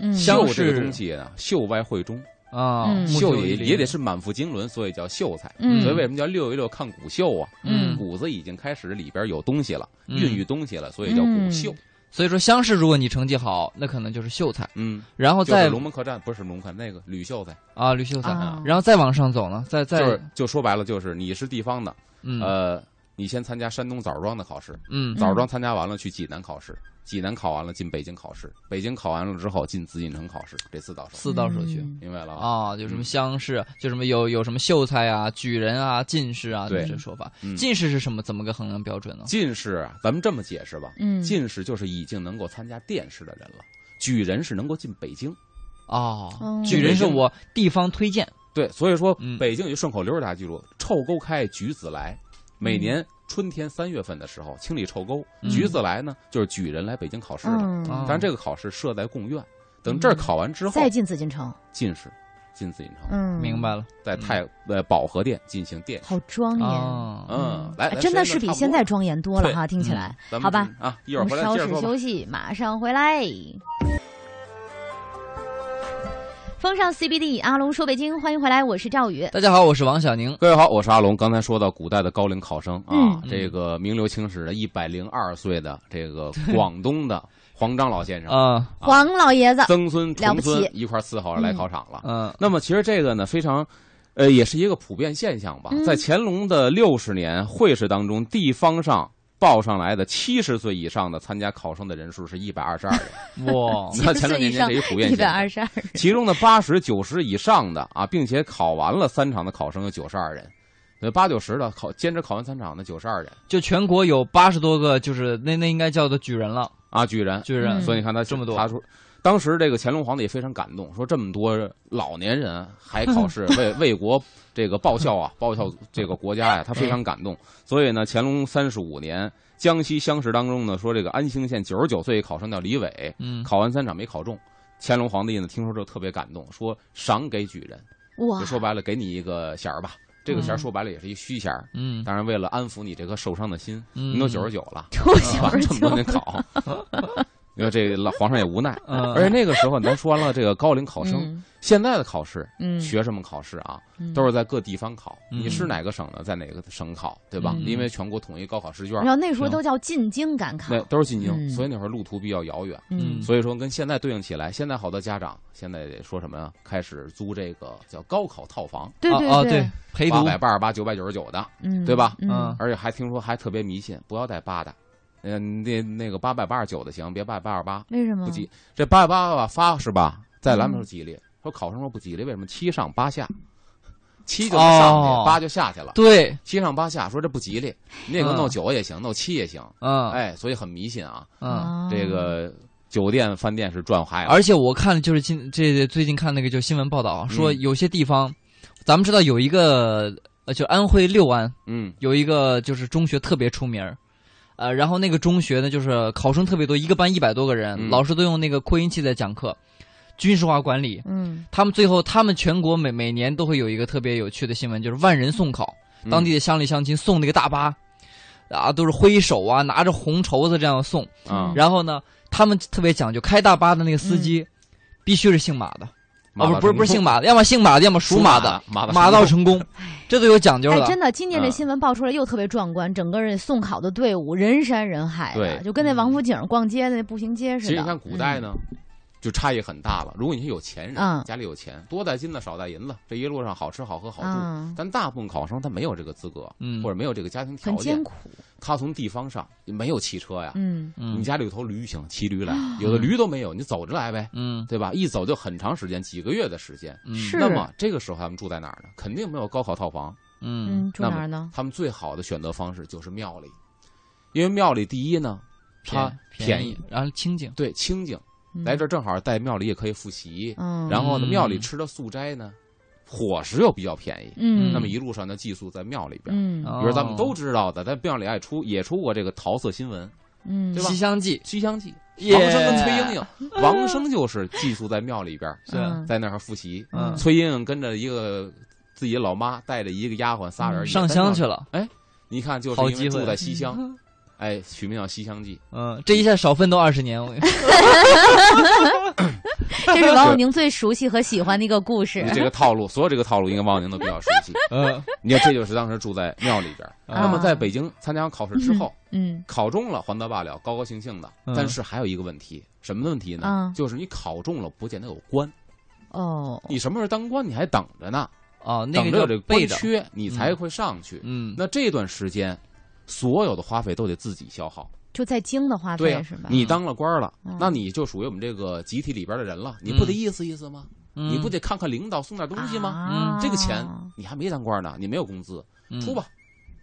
[SPEAKER 1] 嗯，
[SPEAKER 2] 乡
[SPEAKER 3] 秀这个
[SPEAKER 2] 试
[SPEAKER 3] 东西呢，秀外慧中，
[SPEAKER 2] 啊，
[SPEAKER 1] 嗯
[SPEAKER 2] 木
[SPEAKER 3] 秀
[SPEAKER 2] 秀于
[SPEAKER 3] 呃也
[SPEAKER 2] 林
[SPEAKER 3] 也得是满腹经纶，所以叫秀才。
[SPEAKER 1] 嗯
[SPEAKER 3] 所以为什么叫六一六看骨秀啊？
[SPEAKER 1] 嗯
[SPEAKER 3] 骨子已经开始里边有东西了，
[SPEAKER 2] 嗯
[SPEAKER 3] 孕育东西了，所以叫骨秀。
[SPEAKER 2] 所以说乡试，如果你成绩好，那可能就是秀才，
[SPEAKER 3] 嗯，
[SPEAKER 2] 然后
[SPEAKER 3] 就是
[SPEAKER 2] 再
[SPEAKER 3] 龙门客栈不是龙门客栈那个吕秀才，
[SPEAKER 2] 啊吕秀才，
[SPEAKER 1] 啊
[SPEAKER 2] 然后再往上走呢，再
[SPEAKER 3] 就
[SPEAKER 2] 再、
[SPEAKER 3] 是就说白了就是你是地方的，
[SPEAKER 2] 嗯、
[SPEAKER 3] 呃，你先参加山东枣庄的考试，
[SPEAKER 2] 嗯
[SPEAKER 3] 枣庄参加完了去济南考试，济南考完了进北京考试，北京考完了之后进紫禁城考试，这四道手，
[SPEAKER 2] 四道手续。
[SPEAKER 1] 嗯
[SPEAKER 3] 明白了啊？
[SPEAKER 2] 啊，有什么乡试，就什么有有什么秀才啊、举人啊、进士啊，
[SPEAKER 3] 对
[SPEAKER 2] 这说法。
[SPEAKER 3] 嗯
[SPEAKER 2] 进士是什么？怎么个衡量标准呢？
[SPEAKER 3] 进士啊，咱们这么解释吧，
[SPEAKER 1] 嗯，
[SPEAKER 3] 进士就是已经能够参加殿试的人了，举人是能够进北京。
[SPEAKER 2] 哦
[SPEAKER 1] 哦，
[SPEAKER 2] 举人是我地方推荐。
[SPEAKER 3] 对，所以说
[SPEAKER 2] 嗯
[SPEAKER 3] 北京有一顺口溜，大家记住：臭沟开，举子来。每年春天三月份的时候清理臭沟，
[SPEAKER 2] 嗯
[SPEAKER 3] 举子来呢就是举人来北京考试了。
[SPEAKER 1] 嗯，
[SPEAKER 2] 啊
[SPEAKER 3] 但这个考试设在贡院，等这儿考完之后
[SPEAKER 1] 再进紫禁城。
[SPEAKER 3] 进士，进紫禁城，
[SPEAKER 1] 嗯，
[SPEAKER 2] 明。白了
[SPEAKER 3] 在太呃保和殿进行殿试。
[SPEAKER 1] 好庄严。
[SPEAKER 2] 啊，
[SPEAKER 3] 嗯，来，
[SPEAKER 1] 哎
[SPEAKER 3] 来
[SPEAKER 1] 真的
[SPEAKER 3] 时
[SPEAKER 1] 是
[SPEAKER 3] 间
[SPEAKER 1] 比
[SPEAKER 3] 都
[SPEAKER 1] 现
[SPEAKER 3] 差
[SPEAKER 1] 在庄严多了哈，听起来。
[SPEAKER 3] 不多了
[SPEAKER 1] 好吧
[SPEAKER 3] 咱们嗯啊，一
[SPEAKER 1] 我们
[SPEAKER 3] 会儿回来
[SPEAKER 1] 稍
[SPEAKER 3] 接着
[SPEAKER 1] 事
[SPEAKER 3] 说吧
[SPEAKER 1] 休。息，马上回来。风尚 CBD，阿龙说北京，欢迎回来，我是赵
[SPEAKER 3] 啊
[SPEAKER 1] 宇。
[SPEAKER 2] 大家好，我是王小宁。
[SPEAKER 3] 各位好，我是阿龙。刚才说到古代的高龄考生啊，
[SPEAKER 1] 嗯
[SPEAKER 3] 这个名留青史的一百零二岁的这个广东的黄章老先生，
[SPEAKER 2] 啊，
[SPEAKER 3] 啊
[SPEAKER 1] 黄老爷 子，
[SPEAKER 3] 曾孙、
[SPEAKER 1] 了
[SPEAKER 3] 重
[SPEAKER 1] 不起
[SPEAKER 3] 孙一块儿伺候着来考场了。
[SPEAKER 2] 嗯
[SPEAKER 3] 那么其实这个呢，非常。呃，也是一个普遍现象吧。
[SPEAKER 1] 嗯
[SPEAKER 3] 在乾隆的六十年会试当中，地方上报上来的七十岁以上的参加考生的人数是一百二十二 人。
[SPEAKER 2] 哇，
[SPEAKER 3] 你看前两年间这一普遍
[SPEAKER 1] 一
[SPEAKER 3] 现
[SPEAKER 1] 百
[SPEAKER 3] 象，
[SPEAKER 1] 二十二，
[SPEAKER 3] 其中的八十九十以上的啊，并且考完了三场的考生有九十二人，呃，八九十的考坚持考完三场的九十二人
[SPEAKER 2] 就全国有八十多个，就是那那应该叫做举人了，
[SPEAKER 3] 啊，举人。
[SPEAKER 2] 举人。
[SPEAKER 1] 嗯
[SPEAKER 3] 所以你看他
[SPEAKER 2] 这么多
[SPEAKER 3] 他说，当时这个乾隆皇帝也非常感动，说这么多老年人还 考试，为为国这个报效啊，报效这个国家呀、他非常感动。所以呢，乾隆三十五年江西乡试当中呢，说这个安兴县九十九岁考生叫李伟，
[SPEAKER 2] 嗯，
[SPEAKER 3] 考完三场没考中。乾隆皇帝呢，听说之后特别感动，说赏给举人。
[SPEAKER 1] 哇
[SPEAKER 3] 就，说白了，给你一个衔儿吧。这个衔儿说白了也是一虚衔儿，
[SPEAKER 2] 嗯，
[SPEAKER 3] 当然为了安抚你这颗受伤的心，
[SPEAKER 2] 嗯
[SPEAKER 3] 您都九十九了，
[SPEAKER 1] 出
[SPEAKER 3] 考
[SPEAKER 1] 小
[SPEAKER 3] 了
[SPEAKER 1] 人
[SPEAKER 3] 这么多年考， 你说这老皇上也无奈。
[SPEAKER 2] 嗯
[SPEAKER 3] 而且那个时候，咱说完了这个高龄考生，
[SPEAKER 1] 嗯
[SPEAKER 3] 现在的考试，
[SPEAKER 1] 嗯，
[SPEAKER 3] 学生们考试啊，
[SPEAKER 1] 嗯
[SPEAKER 3] 都是在各地方考。
[SPEAKER 2] 嗯
[SPEAKER 3] 你是哪个省的，在哪个省考，对吧？
[SPEAKER 2] 嗯
[SPEAKER 3] 因为全国统一高考试卷
[SPEAKER 1] 然，后那时候都叫进京赶考
[SPEAKER 3] 那，都是进京，
[SPEAKER 1] 嗯
[SPEAKER 3] 所以那会儿路途比较遥远。
[SPEAKER 1] 嗯
[SPEAKER 3] 所以说，跟现在对应起来，现在好多家长现在得说什么呀？开始租这个叫高考套房，
[SPEAKER 1] 对
[SPEAKER 2] 啊啊
[SPEAKER 1] 对
[SPEAKER 2] 对，，陪
[SPEAKER 3] 八
[SPEAKER 2] 读，
[SPEAKER 3] 百八十八、九百九十九的。
[SPEAKER 1] 嗯，
[SPEAKER 3] 对吧啊
[SPEAKER 1] 嗯，
[SPEAKER 3] 而且还听说还特别迷信，不要带八的，嗯，那那个八百八十九的行，别八百八十八，
[SPEAKER 1] 为什么
[SPEAKER 2] 嗯
[SPEAKER 3] 不？吉。这八百八十八发是吧？在咱们说吉利，说考生说不吉利，为什么？七上八下，七就能上去，
[SPEAKER 2] 哦
[SPEAKER 3] 八就下去了，
[SPEAKER 2] 对，
[SPEAKER 3] 七上八下，说这不吉利，你也给我弄九也行，弄七也行，
[SPEAKER 2] 嗯，
[SPEAKER 3] 哎，所以很迷信啊。
[SPEAKER 2] 嗯。
[SPEAKER 1] 啊
[SPEAKER 3] 这个酒店饭店是赚坏了，
[SPEAKER 2] 而且我看就是今这最近看那个就新闻报道啊说
[SPEAKER 3] 嗯
[SPEAKER 2] 有些地方，咱们知道有一个呃，就安徽六安
[SPEAKER 3] 嗯
[SPEAKER 2] 有一个就是中学特别出名儿，呃，然后那个中学呢就是考生特别多，一个班一百多个人，
[SPEAKER 3] 嗯
[SPEAKER 2] 老师都用那个扩音器在讲课，军事化管理，
[SPEAKER 1] 嗯，
[SPEAKER 2] 他们最后，他们全国每每年都会有一个特别有趣的新闻，就是万人送考，
[SPEAKER 3] 嗯
[SPEAKER 2] 当地的乡里乡亲送那个大巴，啊，都是挥手啊，拿着红绸子这样送。
[SPEAKER 3] 啊，嗯
[SPEAKER 2] 然后呢，他们特别讲究，开大巴的那个司机，必须是姓马的，
[SPEAKER 3] 马
[SPEAKER 2] 啊，不
[SPEAKER 3] 到
[SPEAKER 2] 不是
[SPEAKER 3] 成功
[SPEAKER 2] 不是姓马的，要么姓马的，要么属
[SPEAKER 3] 嗯属马
[SPEAKER 2] 的
[SPEAKER 3] 的，马到
[SPEAKER 2] 马
[SPEAKER 3] 成
[SPEAKER 2] 到成功。这都有讲究
[SPEAKER 1] 哎，
[SPEAKER 2] 了。
[SPEAKER 1] 真的，今年这
[SPEAKER 3] 嗯
[SPEAKER 1] 新闻爆出来又特别壮观，整个人送考的队伍人山人海的，
[SPEAKER 3] 对
[SPEAKER 1] 就跟那王府井逛街的那步行街似
[SPEAKER 3] 其
[SPEAKER 1] 的。
[SPEAKER 3] 实你看古代呢，就差异很大了。如果你是有钱人，
[SPEAKER 1] 嗯
[SPEAKER 3] 家里有钱，多带金子少带银子，这一路上好吃好喝好住。
[SPEAKER 1] 嗯
[SPEAKER 3] 但大部分考生他没有这个资格，
[SPEAKER 2] 嗯
[SPEAKER 3] 或者没有这个家庭
[SPEAKER 1] 嗯，很
[SPEAKER 3] 条
[SPEAKER 1] 艰
[SPEAKER 3] 件，
[SPEAKER 1] 苦，
[SPEAKER 3] 他从地方上没有汽车呀，
[SPEAKER 1] 嗯，
[SPEAKER 2] 嗯
[SPEAKER 3] 你家里有头驴行，骑 驴来，有的驴都没有，你走着来呗，
[SPEAKER 2] 嗯，
[SPEAKER 3] 对吧？一走就很长时间，几个月的时间。
[SPEAKER 2] 嗯
[SPEAKER 1] 是
[SPEAKER 3] 那么这个时候他们住在哪儿呢？肯定没有高考套房，
[SPEAKER 2] 嗯
[SPEAKER 1] 嗯，住
[SPEAKER 3] 那
[SPEAKER 1] 哪
[SPEAKER 3] 么
[SPEAKER 1] 儿呢？
[SPEAKER 3] 他们最好的选择方式就是庙里，因为庙里第一呢，它
[SPEAKER 2] 便
[SPEAKER 3] 便宜，
[SPEAKER 2] 然后清静。
[SPEAKER 3] 对清静，
[SPEAKER 1] 嗯
[SPEAKER 3] 来这儿正好在庙里也可以复习，
[SPEAKER 1] 嗯，
[SPEAKER 3] 然后呢，
[SPEAKER 2] 嗯
[SPEAKER 3] 庙里吃的素斋呢，伙食又比较便宜，
[SPEAKER 1] 嗯，
[SPEAKER 3] 那么一路上呢寄宿在庙里边。啊
[SPEAKER 1] 嗯
[SPEAKER 2] 哦
[SPEAKER 3] 比如咱们都知道的，在庙里爱出也出过这个桃色新闻，《
[SPEAKER 1] 嗯，
[SPEAKER 3] 对
[SPEAKER 2] 《
[SPEAKER 3] 吧
[SPEAKER 2] 西厢记
[SPEAKER 3] 西厢记》，
[SPEAKER 2] 耶
[SPEAKER 3] 王生跟崔莺莺，王生就是寄宿在庙里边，》
[SPEAKER 2] 是，
[SPEAKER 1] 嗯
[SPEAKER 3] 啊在那儿复习，
[SPEAKER 2] 嗯，
[SPEAKER 3] 崔莺莺跟着一个自己的老妈，带着一个丫鬟，仨人也在
[SPEAKER 2] 嗯上香去了。
[SPEAKER 3] 你看，就是
[SPEAKER 2] 好
[SPEAKER 3] 因为
[SPEAKER 2] 机会
[SPEAKER 3] 住在西厢，哎，取名叫《西厢记
[SPEAKER 2] 嗯，这一下少奋斗二十年，我跟你 说
[SPEAKER 1] 这是王永宁最熟悉和喜欢的一个故》，事。
[SPEAKER 3] 这个套路，所有这个套路应该王宁都比较熟悉。
[SPEAKER 2] 嗯
[SPEAKER 3] 你看，这就是当时住在庙里边儿。
[SPEAKER 2] 啊
[SPEAKER 3] 那么在北京参加完考试之后，
[SPEAKER 1] 嗯，
[SPEAKER 3] 考中了，还则罢了，高高兴兴的。
[SPEAKER 2] 嗯
[SPEAKER 3] 但是还有一个问题，什么问题呢
[SPEAKER 1] 嗯？
[SPEAKER 3] 就是你考中了，不见得有官。
[SPEAKER 1] 哦，
[SPEAKER 3] 你什么时候当官，你还等着呢，
[SPEAKER 2] 哦，那
[SPEAKER 3] 等
[SPEAKER 2] 个
[SPEAKER 3] 着有
[SPEAKER 2] 叫
[SPEAKER 3] 这个
[SPEAKER 2] 背
[SPEAKER 3] 官
[SPEAKER 2] 着，
[SPEAKER 3] 缺，你才会上去。
[SPEAKER 2] 嗯，
[SPEAKER 3] 那这段时间，所有的花费都得自己消耗。
[SPEAKER 1] 就在京的花
[SPEAKER 3] 对
[SPEAKER 1] 费
[SPEAKER 3] 呀
[SPEAKER 1] 是吧？
[SPEAKER 3] 你当了官了
[SPEAKER 1] 嗯，
[SPEAKER 3] 那你就属于我们这个集体里边的人了，你不得意思意思吗？
[SPEAKER 2] 嗯
[SPEAKER 3] 你不得看看领导送点东西吗？嗯
[SPEAKER 1] 啊
[SPEAKER 3] 这个钱你还没当官呢，你没有工资，
[SPEAKER 2] 嗯
[SPEAKER 3] 出吧。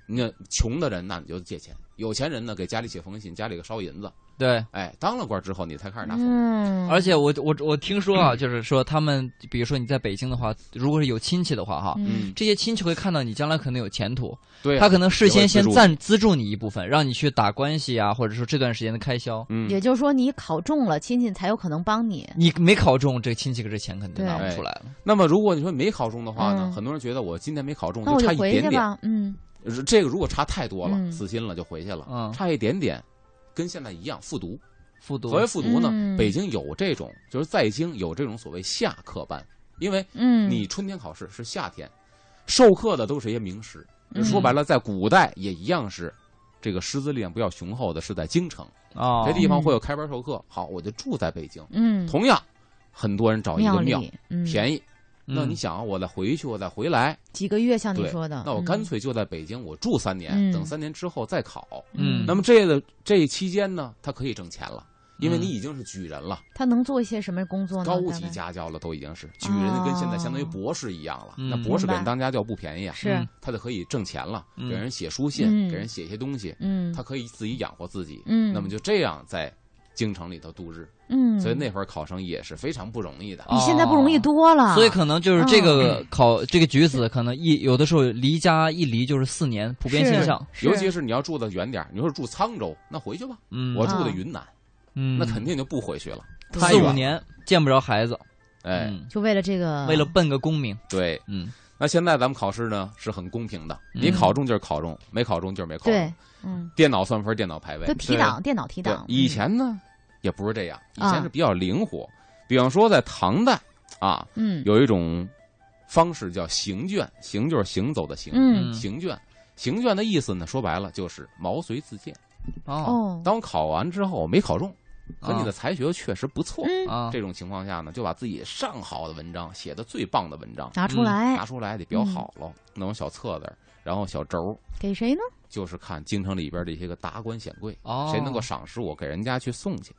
[SPEAKER 3] 你看穷的人，那你就借钱；有钱人呢，给家里写封信，家里给烧银子。
[SPEAKER 2] 对，
[SPEAKER 3] 哎，当了官之后，你才开始拿哎封。
[SPEAKER 1] 嗯，
[SPEAKER 2] 而且我我我听说啊，就是说他们，比如说你在北京的话，如果是有亲戚的话，哈，
[SPEAKER 1] 嗯，
[SPEAKER 2] 这些亲戚会看到你将来可能有前途，
[SPEAKER 3] 对啊，
[SPEAKER 2] 他可能事先
[SPEAKER 3] 也会资
[SPEAKER 2] 先
[SPEAKER 3] 助
[SPEAKER 2] 暂资助你一部分，让你去打关系啊，或者说这段时间的开销。
[SPEAKER 3] 嗯，
[SPEAKER 1] 也就是说你考中了，亲戚才有可能帮你。
[SPEAKER 2] 你没考中，这亲戚可这钱肯定拿
[SPEAKER 3] 对
[SPEAKER 2] 不出来了。
[SPEAKER 3] 那么如果你说没考中的话呢
[SPEAKER 1] 嗯，
[SPEAKER 3] 很多人觉得我今年没考中，
[SPEAKER 1] 那我
[SPEAKER 3] 差
[SPEAKER 1] 就
[SPEAKER 3] 一
[SPEAKER 1] 回去
[SPEAKER 3] 点点。
[SPEAKER 1] 吧，嗯，
[SPEAKER 3] 这个如果差太多
[SPEAKER 1] 嗯
[SPEAKER 3] 了，死心了就回去了。
[SPEAKER 2] 嗯，
[SPEAKER 3] 差一点点，跟现在一样复读。
[SPEAKER 2] 复读
[SPEAKER 3] 所谓复读呢，
[SPEAKER 1] 嗯
[SPEAKER 3] 北京有这种，就是在京有这种所谓夏课班，因为
[SPEAKER 1] 嗯，
[SPEAKER 3] 你春天考试是夏天，授课的都是一些名师。
[SPEAKER 1] 嗯
[SPEAKER 3] 说白了，在古代也一样是，这个师资力量比较雄厚的是在京城，
[SPEAKER 2] 哦
[SPEAKER 3] 这，地方会有开班授课。好，我就住在北京。
[SPEAKER 1] 嗯，
[SPEAKER 3] 同样，很多人找一个
[SPEAKER 1] 庙
[SPEAKER 3] 庙，
[SPEAKER 1] 里，嗯，
[SPEAKER 3] 便宜。
[SPEAKER 2] 嗯
[SPEAKER 3] 那你想啊，我再回去，我再回来，
[SPEAKER 1] 几个月，像你
[SPEAKER 3] 对
[SPEAKER 1] 说的，
[SPEAKER 3] 那我
[SPEAKER 1] 嗯
[SPEAKER 3] 干脆就在北京，我住三年
[SPEAKER 1] 嗯，
[SPEAKER 3] 等三年之后再考。
[SPEAKER 2] 嗯
[SPEAKER 3] 那么这个这期间呢，他可以挣钱了，因为
[SPEAKER 2] 嗯
[SPEAKER 3] 你已经是举人了。
[SPEAKER 1] 他能做一些什么工作呢？
[SPEAKER 3] 高
[SPEAKER 1] 大
[SPEAKER 3] 级
[SPEAKER 1] 概哦
[SPEAKER 3] 家教了，都已经是举人跟现在相当于博士一样了。
[SPEAKER 2] 嗯
[SPEAKER 3] 那博士给
[SPEAKER 1] 明
[SPEAKER 3] 人
[SPEAKER 1] 白
[SPEAKER 3] 当家教不便宜啊，
[SPEAKER 1] 是
[SPEAKER 2] 嗯，
[SPEAKER 3] 他就可以挣钱了，
[SPEAKER 2] 嗯
[SPEAKER 3] 给人写书信，
[SPEAKER 1] 嗯
[SPEAKER 3] 给人写一些东西，
[SPEAKER 1] 嗯，
[SPEAKER 3] 他可以自己养活自己。
[SPEAKER 1] 嗯，
[SPEAKER 3] 那么就这样在京城里头度日，
[SPEAKER 1] 嗯，
[SPEAKER 3] 所以那会儿考生也是非常不容易的。
[SPEAKER 2] 啊
[SPEAKER 1] 比现在不容易多了，
[SPEAKER 2] 哦所以可能就是这个考这个举子，可能一有的时候离家一离就是四年，普遍现象。
[SPEAKER 1] 是
[SPEAKER 3] 尤其是你要住的远点儿，你说住沧州，那回去吧。
[SPEAKER 2] 嗯，
[SPEAKER 3] 我住的云南，
[SPEAKER 2] 嗯，
[SPEAKER 3] 那肯定就不回去了。
[SPEAKER 1] 对
[SPEAKER 3] 太
[SPEAKER 2] 四
[SPEAKER 3] 远
[SPEAKER 2] 五
[SPEAKER 3] 了
[SPEAKER 2] 年见不着孩子，
[SPEAKER 3] 哎，
[SPEAKER 2] 嗯，
[SPEAKER 1] 就为了这个，
[SPEAKER 2] 为了奔个功名，
[SPEAKER 3] 对。
[SPEAKER 2] 嗯，
[SPEAKER 3] 那现在咱们考试呢是很公平的，你
[SPEAKER 2] 嗯
[SPEAKER 3] 考中就是考中，没考中就是没考
[SPEAKER 1] 对
[SPEAKER 3] 中。，
[SPEAKER 1] 嗯，
[SPEAKER 3] 电脑算分，电脑排位
[SPEAKER 1] 就。提档，电脑提
[SPEAKER 3] 对，
[SPEAKER 1] 档，嗯
[SPEAKER 3] 以前呢也不是这样，以
[SPEAKER 1] 啊
[SPEAKER 3] 前是比较灵活。比方说在唐代啊，
[SPEAKER 1] 嗯，
[SPEAKER 3] 有一种方式叫行卷，行就是行走的行，
[SPEAKER 1] 嗯
[SPEAKER 3] 行卷。行卷的意思呢，说白了就是毛遂自荐。
[SPEAKER 2] 哦
[SPEAKER 1] 哦，
[SPEAKER 3] 当我考完之后没考中，可你的才学确实不错，
[SPEAKER 1] 啊嗯，
[SPEAKER 2] 啊，
[SPEAKER 3] 这种情况下呢，就把自己上好的文章写的最棒的文章
[SPEAKER 1] 拿出来
[SPEAKER 3] 嗯拿出来，得
[SPEAKER 1] 嗯
[SPEAKER 3] 裱好了，弄成小册子儿，然后小轴儿，
[SPEAKER 1] 给谁呢？
[SPEAKER 3] 就是看京城里边儿的一些个达官显贵，
[SPEAKER 2] 哦，
[SPEAKER 3] 谁能够赏识我，给人家去送去。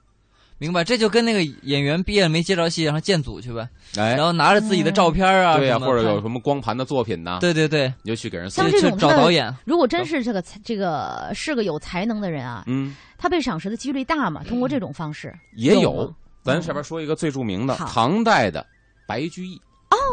[SPEAKER 2] 明白？这就跟那个演员毕业了没接着戏，然后建组去呗，
[SPEAKER 3] 哎嗯
[SPEAKER 2] 然，后拿着自己的照片啊，
[SPEAKER 3] 对呀、
[SPEAKER 2] 呀，
[SPEAKER 3] 或者有什么光盘的作品呐、
[SPEAKER 2] 对对对，
[SPEAKER 3] 你就去给人送
[SPEAKER 1] 像。
[SPEAKER 2] 就
[SPEAKER 1] 这
[SPEAKER 2] 就
[SPEAKER 1] 种
[SPEAKER 2] 找
[SPEAKER 1] 的
[SPEAKER 2] 导演，
[SPEAKER 1] 如果真是这个才这个是个有才能的人啊，
[SPEAKER 3] 嗯，
[SPEAKER 1] 他被赏识的几率大嘛？通过这种方式
[SPEAKER 3] 也
[SPEAKER 1] 有
[SPEAKER 3] 有
[SPEAKER 1] 吗。
[SPEAKER 3] 咱这边说一个最著名的
[SPEAKER 1] 好
[SPEAKER 3] 唐代的白居易，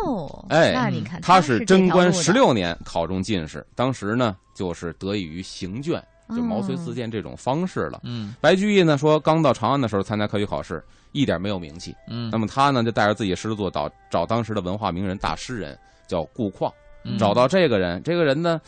[SPEAKER 1] 哦，
[SPEAKER 3] 哎
[SPEAKER 1] 那你看
[SPEAKER 3] 他
[SPEAKER 1] 是
[SPEAKER 3] 是
[SPEAKER 1] 这
[SPEAKER 3] 贞
[SPEAKER 1] 条
[SPEAKER 3] 观
[SPEAKER 1] 路的
[SPEAKER 3] 十，六年考中进士，当时呢就是得益于行卷，就毛遂自
[SPEAKER 1] 嗯，
[SPEAKER 3] 荐这种方式了。
[SPEAKER 2] 嗯
[SPEAKER 3] 白居易呢说，刚到长安的时候参加科举考试，一点没有名气。
[SPEAKER 2] 嗯
[SPEAKER 3] 那么他呢就带着自己狮子座找找当时的文化名人大诗人，叫顾况，
[SPEAKER 2] 嗯
[SPEAKER 3] 找到这个人，这个人呢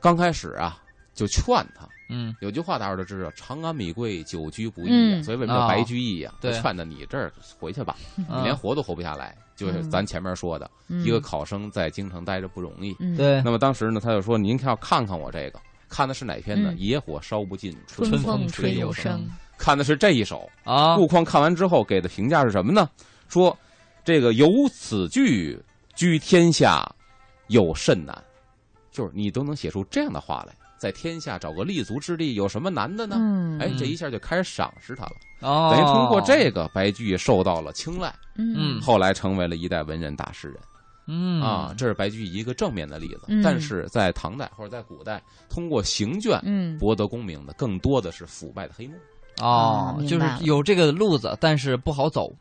[SPEAKER 3] 刚开始啊就劝他。
[SPEAKER 2] 嗯，
[SPEAKER 3] 有句话大家都知道，“长安米贵，久居不易、啊”，
[SPEAKER 1] 嗯
[SPEAKER 3] 所以为什么叫
[SPEAKER 2] 哦
[SPEAKER 3] 白居易呀、就
[SPEAKER 2] 对
[SPEAKER 3] 劝他你这儿回去吧，你
[SPEAKER 2] 嗯
[SPEAKER 3] 连活都活不下来。就是
[SPEAKER 1] 嗯
[SPEAKER 3] 咱前面说的，
[SPEAKER 1] 嗯
[SPEAKER 3] 一个考生在京城待着不容易。
[SPEAKER 1] 嗯，
[SPEAKER 2] 对，
[SPEAKER 3] 那么当时呢，他就说：“您要看看我这个，看的是哪篇呢？
[SPEAKER 1] 嗯
[SPEAKER 3] 野火烧不尽，春
[SPEAKER 1] 春
[SPEAKER 2] 风
[SPEAKER 1] 风
[SPEAKER 2] 吹
[SPEAKER 1] 吹
[SPEAKER 2] 又
[SPEAKER 1] 又
[SPEAKER 2] 生
[SPEAKER 1] 生，
[SPEAKER 3] 看的是这一首。”
[SPEAKER 1] 哦
[SPEAKER 2] 啊，
[SPEAKER 3] 顾况看完之后给的评价是什么呢？说：“这个有此句居天下，有甚难？”就是你都能写出这样的话来，在天下找个立足之地，有什么难的呢？
[SPEAKER 1] 嗯，
[SPEAKER 3] 哎，这一下就开始赏识他了，
[SPEAKER 2] 哦，
[SPEAKER 3] 等于通过这个，白居易受到了青睐，
[SPEAKER 1] 嗯
[SPEAKER 2] 嗯
[SPEAKER 3] 后来成为了一代文人大诗人
[SPEAKER 2] 嗯
[SPEAKER 3] 啊。，这是白居易一个正面的例子
[SPEAKER 1] 嗯。
[SPEAKER 3] 但是在唐代或者在古代，通过行卷
[SPEAKER 1] 嗯，
[SPEAKER 3] 博得功名的，更多的是腐败的黑幕。
[SPEAKER 1] 啊
[SPEAKER 2] 哦，
[SPEAKER 1] 明
[SPEAKER 2] 就是
[SPEAKER 1] 白了
[SPEAKER 2] 有这个路子，但是不好走。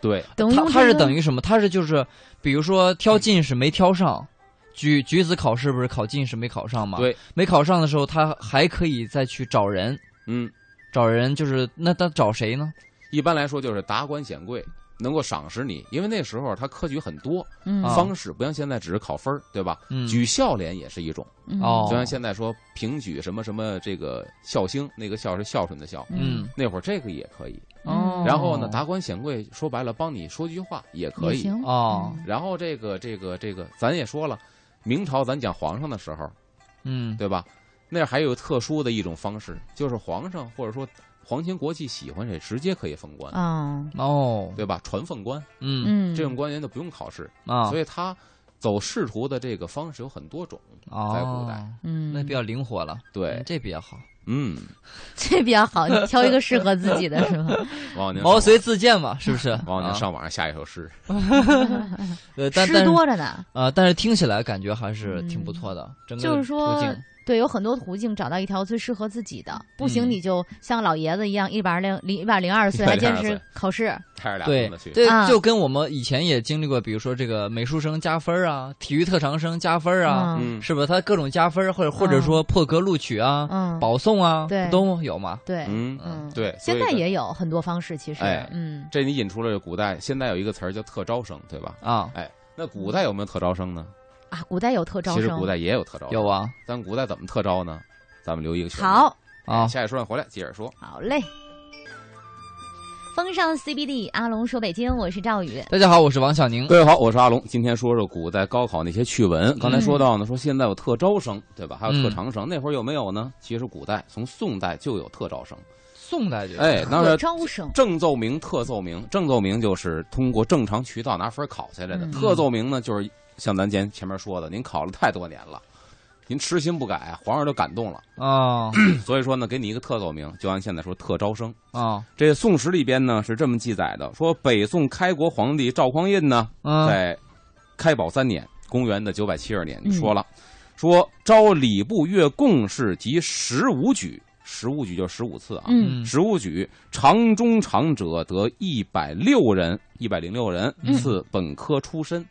[SPEAKER 3] 对，
[SPEAKER 1] 等于
[SPEAKER 2] 他他是等
[SPEAKER 1] 于
[SPEAKER 2] 于什么？他是就是，比如说挑进士没挑上，举举子考试不是考进士没考上吗？
[SPEAKER 3] 对，
[SPEAKER 2] 没考上的时候，他还可以再去找人，
[SPEAKER 3] 嗯，
[SPEAKER 2] 找人就是那他找谁呢？
[SPEAKER 3] 一般来说就是达官显贵能够赏识你，因为那时候他科举很多
[SPEAKER 1] 嗯
[SPEAKER 2] 啊
[SPEAKER 3] 方式，不像现在只是考分儿对吧？
[SPEAKER 2] 嗯，
[SPEAKER 3] 举孝廉也是一种，
[SPEAKER 1] 嗯
[SPEAKER 2] 哦
[SPEAKER 3] 就像现在说评举什么什么这个孝兴，那个孝是孝顺的孝，
[SPEAKER 2] 嗯
[SPEAKER 3] 那会儿这个也可以。
[SPEAKER 2] 哦，
[SPEAKER 3] 嗯然后呢，达官显贵说白了帮你说句话也可
[SPEAKER 1] 也
[SPEAKER 3] 以。
[SPEAKER 1] 行
[SPEAKER 2] 哦，
[SPEAKER 3] 然后这个这个这个，咱也说了，明朝咱讲皇上的时候，
[SPEAKER 2] 嗯
[SPEAKER 3] 对吧？那儿还有特殊的一种方式，就是皇上或者说皇亲国戚喜欢谁，直接可以封官，
[SPEAKER 1] 啊，
[SPEAKER 2] 哦
[SPEAKER 3] 对吧？传奉官
[SPEAKER 2] 嗯
[SPEAKER 1] 嗯，
[SPEAKER 3] 这种官员就不用考试，
[SPEAKER 2] 啊，
[SPEAKER 3] 所以他走仕途的这个方式有很多种。在古代
[SPEAKER 2] 哦
[SPEAKER 1] 嗯，
[SPEAKER 2] 那比较灵活了，
[SPEAKER 3] 对
[SPEAKER 2] 嗯，这比较好，
[SPEAKER 3] 嗯，
[SPEAKER 1] 这比较好，你挑一个适合自己的是吧？
[SPEAKER 3] 嗯王宁，
[SPEAKER 2] 毛遂自荐嘛，是不是？
[SPEAKER 3] 王宁
[SPEAKER 2] 啊
[SPEAKER 3] 上网上下一首诗，
[SPEAKER 2] 呃，但
[SPEAKER 1] 吃
[SPEAKER 2] 但是
[SPEAKER 1] 多着呢，
[SPEAKER 2] 啊，但是听起来感觉还是挺不错的，整个
[SPEAKER 1] 就是说
[SPEAKER 2] 途径
[SPEAKER 1] 对，有很多途径找到一条最适合自己的，不行
[SPEAKER 2] 嗯
[SPEAKER 1] 你就像老爷子一样，一百零零一百零二岁还坚持考试，
[SPEAKER 3] 开着俩
[SPEAKER 2] 对
[SPEAKER 3] 棍子去。
[SPEAKER 2] 对
[SPEAKER 1] 啊，
[SPEAKER 2] 就跟我们以前也经历过，比如说这个美术生加分儿啊，体育特长生加分儿啊，
[SPEAKER 1] 嗯
[SPEAKER 3] 嗯，
[SPEAKER 2] 是不是？他各种加分儿，或者或者说破格录取啊、
[SPEAKER 1] 嗯，
[SPEAKER 2] 保送啊，
[SPEAKER 1] 对
[SPEAKER 2] 不都有吗？
[SPEAKER 1] 对，
[SPEAKER 3] 嗯，
[SPEAKER 1] 嗯，
[SPEAKER 3] 对，所
[SPEAKER 1] 现
[SPEAKER 3] 以
[SPEAKER 1] 在
[SPEAKER 3] 这
[SPEAKER 1] 也有很多方式，其实
[SPEAKER 3] 哎，
[SPEAKER 1] 嗯，
[SPEAKER 3] 这你引出了古代，现在有一个词儿叫特招生，对吧？
[SPEAKER 2] 啊，
[SPEAKER 3] 那古代有没有特招生呢？
[SPEAKER 1] 啊，古代有特招
[SPEAKER 3] 其实
[SPEAKER 1] 生，
[SPEAKER 3] 古代也有特招生，
[SPEAKER 2] 有啊，
[SPEAKER 3] 但古代怎么特招呢？咱们留一个悬念。
[SPEAKER 1] 好，嗯
[SPEAKER 2] 啊，
[SPEAKER 3] 下一说回来接着说。
[SPEAKER 1] 好嘞。风尚 CBD，阿龙说北京，我是赵宇。
[SPEAKER 2] 大家好，我是王小宁。
[SPEAKER 3] 各位好，我是阿龙，今天说说古代高考那些趣闻。
[SPEAKER 1] 嗯
[SPEAKER 3] 刚才说到呢，说现在有特招生，对吧？还有特长生，那会儿有没有呢？其实古代从宋代就有特招生，
[SPEAKER 2] 宋代就
[SPEAKER 3] 哎，当
[SPEAKER 1] 特
[SPEAKER 3] 然。
[SPEAKER 1] 招生，
[SPEAKER 3] 正奏鸣、特奏鸣，正奏鸣就是通过正常渠道拿分考下来的。
[SPEAKER 1] 嗯
[SPEAKER 3] 特奏鸣呢，就是像咱前前面说的，您考了太多年了，您痴心不改，皇上都感动了。
[SPEAKER 2] 啊
[SPEAKER 3] 所以说呢，给你一个特奏鸣，就按现在说特招生。
[SPEAKER 2] 啊
[SPEAKER 3] 这《宋史》里边呢是这么记载的：说北宋开国皇帝赵匡胤呢，
[SPEAKER 1] 啊
[SPEAKER 2] 嗯
[SPEAKER 3] 在开宝三年（公元的九百七十年）
[SPEAKER 1] 嗯
[SPEAKER 3] 说了，说招礼部乐贡士及十五举，十五举就十五次啊，
[SPEAKER 1] 嗯
[SPEAKER 3] 十五举长中长者得一百六人，一百零六人
[SPEAKER 1] 嗯
[SPEAKER 3] 赐本科出身。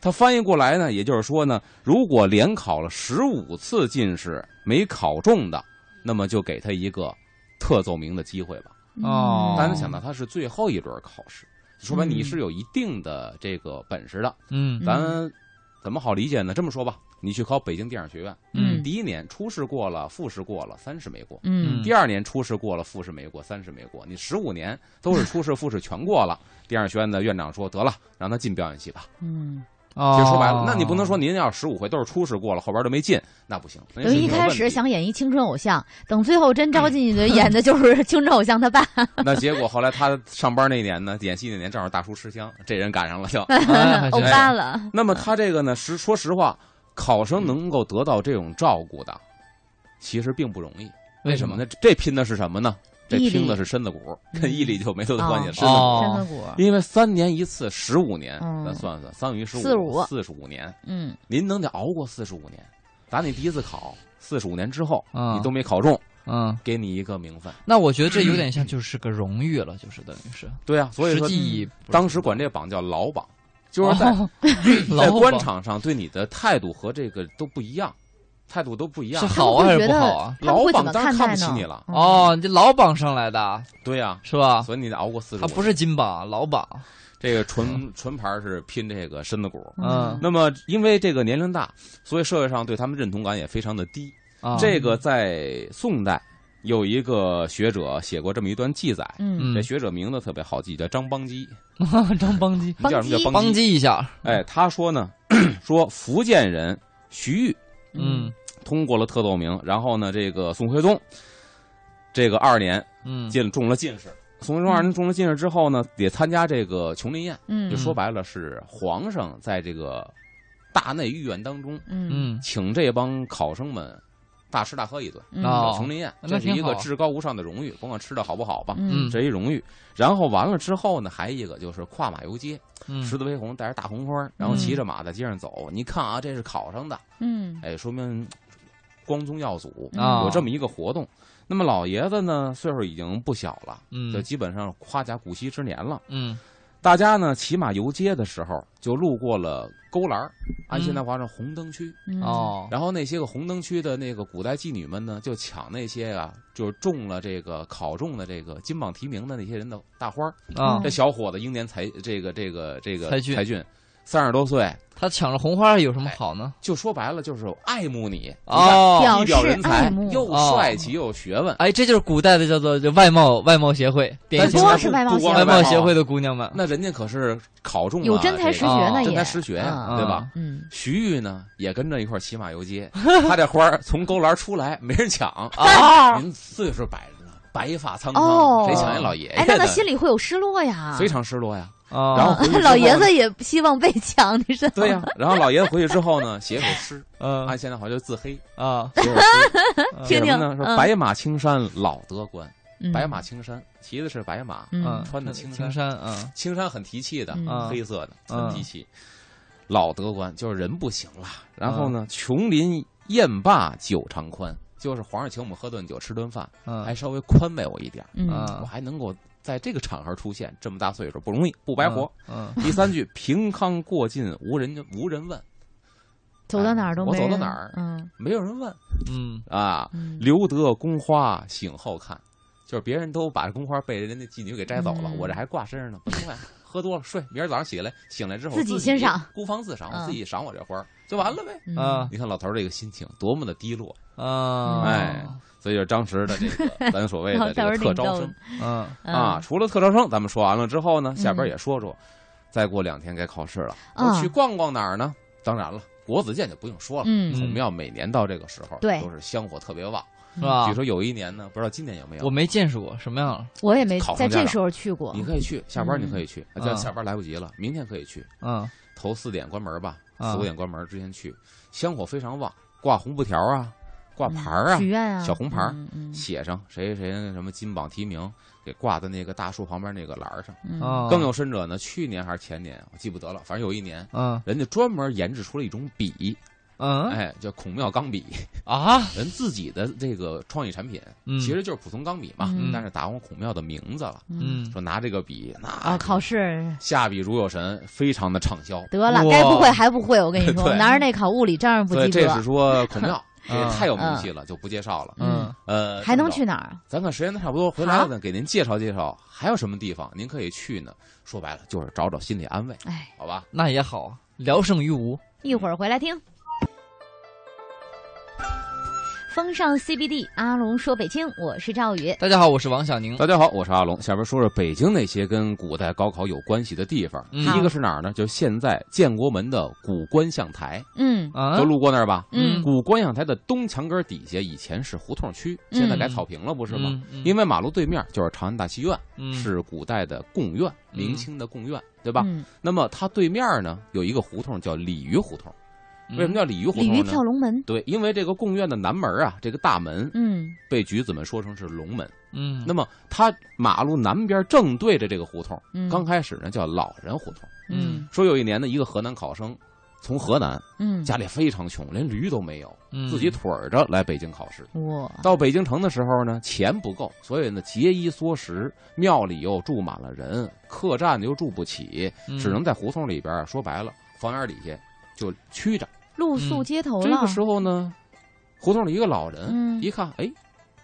[SPEAKER 3] 他翻译过来呢，也就是说呢，如果连考了十五次进士没考中的，那么就给他一个特奏鸣的机会吧。
[SPEAKER 1] 嗯
[SPEAKER 2] 哦
[SPEAKER 3] 但是想到他是最后一轮考试，说白
[SPEAKER 1] 嗯
[SPEAKER 3] 你是有一定的这个本事的，
[SPEAKER 2] 嗯
[SPEAKER 3] 咱怎么好理解呢？这么说吧，你去考北京电影学院，
[SPEAKER 1] 嗯
[SPEAKER 3] 第一年初试过了，复试过了，三试没过；
[SPEAKER 1] 嗯
[SPEAKER 3] 第二年初试过了，复试没过，三试没过。你十五年都是初试、复试全过了。 电影学院的院长说：“得了，让他进表演系吧。
[SPEAKER 1] 嗯，”
[SPEAKER 2] 哦
[SPEAKER 3] 其实说白了，那你不能说您要十五回都是初试过了，后边都没进，那不行。
[SPEAKER 1] 等于一开 始想演一青春偶像，等最后真招进去的演的就是青春偶像 他爸。
[SPEAKER 3] 那结果后来他上班那年呢，演戏那年正好大叔吃香，这人赶上了就。
[SPEAKER 2] 哎
[SPEAKER 1] 欧
[SPEAKER 2] 还
[SPEAKER 1] 巴了，
[SPEAKER 3] 那么他这个呢，实说实话，考
[SPEAKER 2] 嗯
[SPEAKER 3] 生能够得到这种照顾的，其实并不容易。
[SPEAKER 2] 为
[SPEAKER 3] 什
[SPEAKER 2] 什
[SPEAKER 3] 么
[SPEAKER 2] 么？
[SPEAKER 3] 呢？这拼的是什么呢？这
[SPEAKER 1] 毅力
[SPEAKER 3] 拼的是身子骨，跟毅力就没多大关系。身子骨，
[SPEAKER 2] 嗯哦
[SPEAKER 1] 山河谷，
[SPEAKER 3] 因为三年一次，十五年，
[SPEAKER 1] 嗯
[SPEAKER 3] 咱算算，三余十
[SPEAKER 1] 45
[SPEAKER 3] 四十五年，
[SPEAKER 1] 嗯
[SPEAKER 3] 您能得熬过四十五年？打你第一次考，四十五年之后，
[SPEAKER 2] 嗯
[SPEAKER 3] 你都没考中，
[SPEAKER 2] 嗯，
[SPEAKER 3] 给你一个名分。
[SPEAKER 2] 那我觉得这有点像就是个荣誉了，就是等于是，
[SPEAKER 3] 对啊，所以
[SPEAKER 2] 实
[SPEAKER 3] 说
[SPEAKER 2] 际意义不是
[SPEAKER 3] 当
[SPEAKER 2] 很
[SPEAKER 3] 时
[SPEAKER 2] 大
[SPEAKER 3] 管这榜叫劳榜，就是在
[SPEAKER 2] 哦
[SPEAKER 3] 在
[SPEAKER 2] 老
[SPEAKER 3] 官
[SPEAKER 2] 鸨
[SPEAKER 3] 场上对你的态度和这个都不一样，态度都不一样
[SPEAKER 2] 是。
[SPEAKER 1] 他们
[SPEAKER 2] 好
[SPEAKER 1] 会
[SPEAKER 2] 还
[SPEAKER 1] 觉
[SPEAKER 2] 是不
[SPEAKER 1] 得
[SPEAKER 2] 好啊？
[SPEAKER 1] 他们
[SPEAKER 3] 老
[SPEAKER 1] 会怎
[SPEAKER 3] 榜
[SPEAKER 1] 么
[SPEAKER 3] 当然
[SPEAKER 1] 看
[SPEAKER 3] 看
[SPEAKER 1] 待呢？
[SPEAKER 3] 不起
[SPEAKER 1] 嗯
[SPEAKER 3] 你了，
[SPEAKER 2] 哦，你老榜上来的
[SPEAKER 3] 对啊呀、
[SPEAKER 2] 是吧？
[SPEAKER 3] 所以你得熬过四十
[SPEAKER 2] 他
[SPEAKER 3] 五。
[SPEAKER 2] 啊不是嗯金榜，老榜。
[SPEAKER 3] 这个纯纯牌是拼这个身子骨。
[SPEAKER 1] 嗯
[SPEAKER 2] 嗯
[SPEAKER 3] 那么因为这个年龄大，所以社会上对他们认同感也非常的低。
[SPEAKER 2] 啊，
[SPEAKER 3] 这个在宋代有一个学者写过这么一段记载，
[SPEAKER 1] 嗯，
[SPEAKER 2] 嗯
[SPEAKER 3] 这学者名字特别好记，叫张邦基，
[SPEAKER 2] 张邦基，
[SPEAKER 3] 叫什么叫
[SPEAKER 2] 邦
[SPEAKER 3] 基？
[SPEAKER 2] 基一下，
[SPEAKER 3] 哎，他说呢，说福建人徐玉
[SPEAKER 2] 嗯
[SPEAKER 3] 通过了特奏明，然后呢，这个宋徽宗这个二年
[SPEAKER 2] 嗯，
[SPEAKER 3] 进中了进士。宋徽宗二年中了进士之后呢，也参加这个琼林宴，
[SPEAKER 1] 嗯
[SPEAKER 3] 就说白了是皇上在这个大内御苑当中
[SPEAKER 1] 嗯
[SPEAKER 2] 嗯
[SPEAKER 3] 请这帮考生们大吃大喝一顿，
[SPEAKER 1] 嗯
[SPEAKER 2] 啊
[SPEAKER 3] 叫
[SPEAKER 2] 哦
[SPEAKER 3] 琼林宴，
[SPEAKER 2] 那
[SPEAKER 3] 这是
[SPEAKER 2] 挺
[SPEAKER 3] 一个
[SPEAKER 2] 好
[SPEAKER 3] 至高无上的荣誉，甭管吃的好不好吧，
[SPEAKER 1] 嗯
[SPEAKER 3] 这一荣誉。然后完了之后呢，还一个就是跨马游街，
[SPEAKER 2] 嗯，
[SPEAKER 3] 十字飞鸿带着大红花，然后骑着马在街上走。你看啊，这是考上的，
[SPEAKER 1] 嗯
[SPEAKER 3] 哎，说明光宗耀祖，
[SPEAKER 2] 啊，
[SPEAKER 3] 有这么一个活动。那么老爷子呢，岁数已经不小了，
[SPEAKER 2] 嗯
[SPEAKER 3] 就基本上夸甲古稀之年了。
[SPEAKER 2] 嗯
[SPEAKER 3] 大家呢骑马游街的时候，就路过了勾栏儿，按现代话说红灯区。
[SPEAKER 1] 嗯
[SPEAKER 2] 嗯哦，
[SPEAKER 3] 然后那些个红灯区的那个古代妓女们呢，就抢那些啊，就是中了这个考中的这个金榜题名的那些人的大花儿。
[SPEAKER 2] 啊
[SPEAKER 1] 嗯，
[SPEAKER 3] 这小伙子英年才这个这个这个
[SPEAKER 2] 才俊
[SPEAKER 3] 三十多岁，
[SPEAKER 2] 他抢了红花有什么好呢？
[SPEAKER 3] 就说白了就是爱慕你，
[SPEAKER 1] 哎
[SPEAKER 2] 哦，
[SPEAKER 1] 表
[SPEAKER 3] 一表人
[SPEAKER 1] 爱
[SPEAKER 3] 才
[SPEAKER 1] 慕，
[SPEAKER 3] 又帅气又有学问。
[SPEAKER 2] 哎，这就是古代的叫做就外贸外贸协会，典
[SPEAKER 3] 但
[SPEAKER 2] 型
[SPEAKER 1] 多
[SPEAKER 2] 的
[SPEAKER 1] 是外贸
[SPEAKER 3] 不光
[SPEAKER 1] 协
[SPEAKER 2] 外贸
[SPEAKER 3] 是
[SPEAKER 2] 协会的姑娘们，
[SPEAKER 3] 那人家可是考中了啊
[SPEAKER 1] 有真才实学呢，
[SPEAKER 3] 这
[SPEAKER 1] 也
[SPEAKER 3] 个真才实学呀，
[SPEAKER 1] 啊
[SPEAKER 3] 对吧？
[SPEAKER 1] 嗯，
[SPEAKER 3] 徐玉呢也跟着一块儿骑马游街， 他这花儿从勾栏出来，没人抢，啊
[SPEAKER 1] 哦，
[SPEAKER 3] 您岁数摆着呢，白发苍
[SPEAKER 1] 哦
[SPEAKER 3] 苍，谁抢一老爷
[SPEAKER 1] 哎
[SPEAKER 3] 爷，
[SPEAKER 1] 那他
[SPEAKER 3] 呢？
[SPEAKER 1] 心里会有失落呀，
[SPEAKER 3] 非常失落呀。
[SPEAKER 2] 啊，
[SPEAKER 3] 然后回去之后
[SPEAKER 1] 老爷子也希望被抢，你知道吗？
[SPEAKER 3] 对呀， 然后老爷子回去之后呢，写首诗，
[SPEAKER 2] 嗯
[SPEAKER 3] 按现在话就自黑，
[SPEAKER 2] 啊，
[SPEAKER 3] 写首诗，
[SPEAKER 2] 嗯
[SPEAKER 1] 听
[SPEAKER 3] 写
[SPEAKER 1] 听
[SPEAKER 3] 什么呢？
[SPEAKER 1] 嗯
[SPEAKER 3] 说白马青山老德官，
[SPEAKER 1] 嗯
[SPEAKER 3] 白马，青山，骑的是白马，
[SPEAKER 1] 嗯
[SPEAKER 3] 穿的青
[SPEAKER 2] 青
[SPEAKER 3] 衫
[SPEAKER 2] 衫啊，
[SPEAKER 3] 青山很提气的，
[SPEAKER 1] 嗯嗯
[SPEAKER 3] 黑色的，
[SPEAKER 2] 嗯
[SPEAKER 3] 很提气。老德官就是人不行了，然后呢，琼林宴罢酒长宽，就是皇上请我们喝顿酒吃顿饭，
[SPEAKER 1] 啊
[SPEAKER 2] 嗯，
[SPEAKER 3] 还稍微宽慰我一点儿，
[SPEAKER 1] 嗯
[SPEAKER 2] 啊
[SPEAKER 3] 我还能够在这个场合出现，这么大岁数不容易，不白
[SPEAKER 1] 啊
[SPEAKER 3] 活。
[SPEAKER 2] 嗯，
[SPEAKER 3] 第三句，平康过尽无人无人问，
[SPEAKER 1] 走到哪儿都
[SPEAKER 3] 我
[SPEAKER 1] 没
[SPEAKER 3] 走到
[SPEAKER 1] 人
[SPEAKER 3] 哪儿
[SPEAKER 1] 嗯
[SPEAKER 3] 没有人问
[SPEAKER 2] 嗯
[SPEAKER 3] 啊。
[SPEAKER 1] 嗯，
[SPEAKER 3] 留得宫花醒后看，就是别人都把宫花被人家妓女给摘走了，
[SPEAKER 1] 嗯
[SPEAKER 3] 我这还挂身上呢，不明白。喝多了睡，明儿早上起来醒来之后
[SPEAKER 1] 自己欣赏，
[SPEAKER 3] 孤芳自赏，
[SPEAKER 1] 嗯
[SPEAKER 3] 我自己赏我这花儿就完了呗。
[SPEAKER 1] 嗯
[SPEAKER 2] 啊
[SPEAKER 3] 你看老头儿这个心情多么的低落，
[SPEAKER 2] 啊，
[SPEAKER 3] 哎，所以就是张弛的这个咱所谓
[SPEAKER 1] 老头
[SPEAKER 3] 的这
[SPEAKER 1] 儿
[SPEAKER 3] 个
[SPEAKER 1] 挺
[SPEAKER 3] 特
[SPEAKER 1] 逗
[SPEAKER 3] 招
[SPEAKER 1] 的
[SPEAKER 3] 生
[SPEAKER 2] 嗯
[SPEAKER 3] 啊。除了特招生，咱们说完了之后呢，下边也说说，再过两天该考试了，
[SPEAKER 1] 嗯
[SPEAKER 3] 我去逛逛哪儿呢？当然了，国子监就不用说了。
[SPEAKER 1] 嗯
[SPEAKER 3] 孔庙每年到这个时候，
[SPEAKER 1] 对
[SPEAKER 3] 都是香火特别旺。
[SPEAKER 2] 是吧
[SPEAKER 3] 比如？说有一年呢，不知道今年有没有，
[SPEAKER 2] 啊我没见识过什么样了，
[SPEAKER 1] 我也没
[SPEAKER 3] 考
[SPEAKER 1] 在
[SPEAKER 3] 上家
[SPEAKER 1] 这
[SPEAKER 3] 长
[SPEAKER 1] 时候去过
[SPEAKER 3] 你，可以去，下班你可以去，
[SPEAKER 2] 嗯
[SPEAKER 3] 但
[SPEAKER 2] 啊
[SPEAKER 3] 下班来不及了，明天可以去。
[SPEAKER 2] 嗯
[SPEAKER 3] 头四点关门吧，
[SPEAKER 2] 啊
[SPEAKER 3] 四五点关门之前去，香火非常旺，挂红布条啊，挂牌儿啊
[SPEAKER 1] 许，愿啊，
[SPEAKER 3] 小红牌儿
[SPEAKER 1] 嗯，嗯
[SPEAKER 3] 写上谁谁谁什么金榜题名，给挂在那个大树旁边那个栏儿上。
[SPEAKER 1] 嗯
[SPEAKER 2] 啊，
[SPEAKER 3] 更有甚者呢，去年还是前年，我记不得了，反正有一年。
[SPEAKER 2] 嗯
[SPEAKER 3] 人家专门研制出了一种笔，
[SPEAKER 1] 啊
[SPEAKER 2] 嗯
[SPEAKER 3] 哎，叫孔庙钢笔，
[SPEAKER 2] 啊，
[SPEAKER 3] 人自己的这个创意产品，
[SPEAKER 2] 嗯
[SPEAKER 3] 其实就是普通钢笔嘛，
[SPEAKER 1] 嗯
[SPEAKER 3] 但是打上孔庙的名字了。
[SPEAKER 2] 嗯
[SPEAKER 3] 说拿这个笔，那
[SPEAKER 1] 啊，考试
[SPEAKER 3] 下笔如有神，非常的畅销。
[SPEAKER 1] 得了，
[SPEAKER 2] 哇
[SPEAKER 1] 该不会还不会？我跟你说，
[SPEAKER 3] 对
[SPEAKER 1] 拿着那考物理照样不
[SPEAKER 3] 所以
[SPEAKER 1] 及
[SPEAKER 3] 这是
[SPEAKER 1] 格，
[SPEAKER 3] 说孔 庙，这
[SPEAKER 2] 嗯
[SPEAKER 3] 个太有名气了，就不介绍了。
[SPEAKER 2] 嗯
[SPEAKER 3] 呃，
[SPEAKER 1] 啊还能
[SPEAKER 3] 这
[SPEAKER 1] 去
[SPEAKER 3] 么着？
[SPEAKER 1] 哪儿？
[SPEAKER 3] 咱看时间差不多，回来了呢，给您介绍介绍还有什么地方您可以去呢？说白了就是找找心理安慰，
[SPEAKER 1] 哎，
[SPEAKER 3] 好吧？
[SPEAKER 2] 那也好，聊胜于无。
[SPEAKER 1] 一会儿回来听。风尚 CBD，阿龙说北京，我是赵宇。
[SPEAKER 2] 大家好，我是王小
[SPEAKER 1] 嗯
[SPEAKER 2] 宁。
[SPEAKER 3] 大家好，我是阿龙。下边说说北京那些跟古代高考有关系的地方。
[SPEAKER 2] 嗯
[SPEAKER 3] 第一个是哪儿呢？就是现在建国门的古观象台，
[SPEAKER 1] 嗯
[SPEAKER 2] 啊
[SPEAKER 3] 都路过那儿吧？
[SPEAKER 1] 嗯
[SPEAKER 3] 古观象台的东墙根底下以前是胡同区，
[SPEAKER 1] 嗯
[SPEAKER 3] 现在改草坪了，不是吗？？
[SPEAKER 2] 嗯
[SPEAKER 3] 因为马路对面就是长安大戏院，
[SPEAKER 2] 嗯
[SPEAKER 3] 是古代的贡院，
[SPEAKER 2] 嗯
[SPEAKER 3] 明清的贡院，对吧？
[SPEAKER 1] 嗯
[SPEAKER 3] 那么它对面呢有一个胡同叫鲤鱼胡同，为什么？叫鲤鱼胡
[SPEAKER 1] 嗯鲤鱼
[SPEAKER 3] 同
[SPEAKER 1] 跳
[SPEAKER 3] 呢？
[SPEAKER 1] 龙门。
[SPEAKER 3] 对，因为这个贡院的南门啊，这个大门
[SPEAKER 1] 嗯
[SPEAKER 3] 被举子们说成是龙门。
[SPEAKER 2] 嗯，
[SPEAKER 3] 那么它马路南边正对着这个胡同，
[SPEAKER 1] 嗯，
[SPEAKER 3] 刚开始呢叫老人胡同。
[SPEAKER 1] 嗯
[SPEAKER 3] 说有一年呢，一个河南考生从河南
[SPEAKER 1] 嗯，
[SPEAKER 3] 家里非常穷，连驴都没有，
[SPEAKER 2] 嗯
[SPEAKER 3] 自己腿儿着来北京考试。
[SPEAKER 1] 我
[SPEAKER 3] 到北京城的时候呢，钱不够，所以呢节衣缩食，庙里又住满了人，客栈又住不起，
[SPEAKER 2] 嗯
[SPEAKER 1] 嗯
[SPEAKER 3] 只能在胡同里边儿，说白了，房檐底下就屈着。
[SPEAKER 1] 露宿街头
[SPEAKER 3] 这
[SPEAKER 1] 了。
[SPEAKER 3] 个时候呢，胡同里一个老人
[SPEAKER 1] 嗯
[SPEAKER 3] 一看，哎，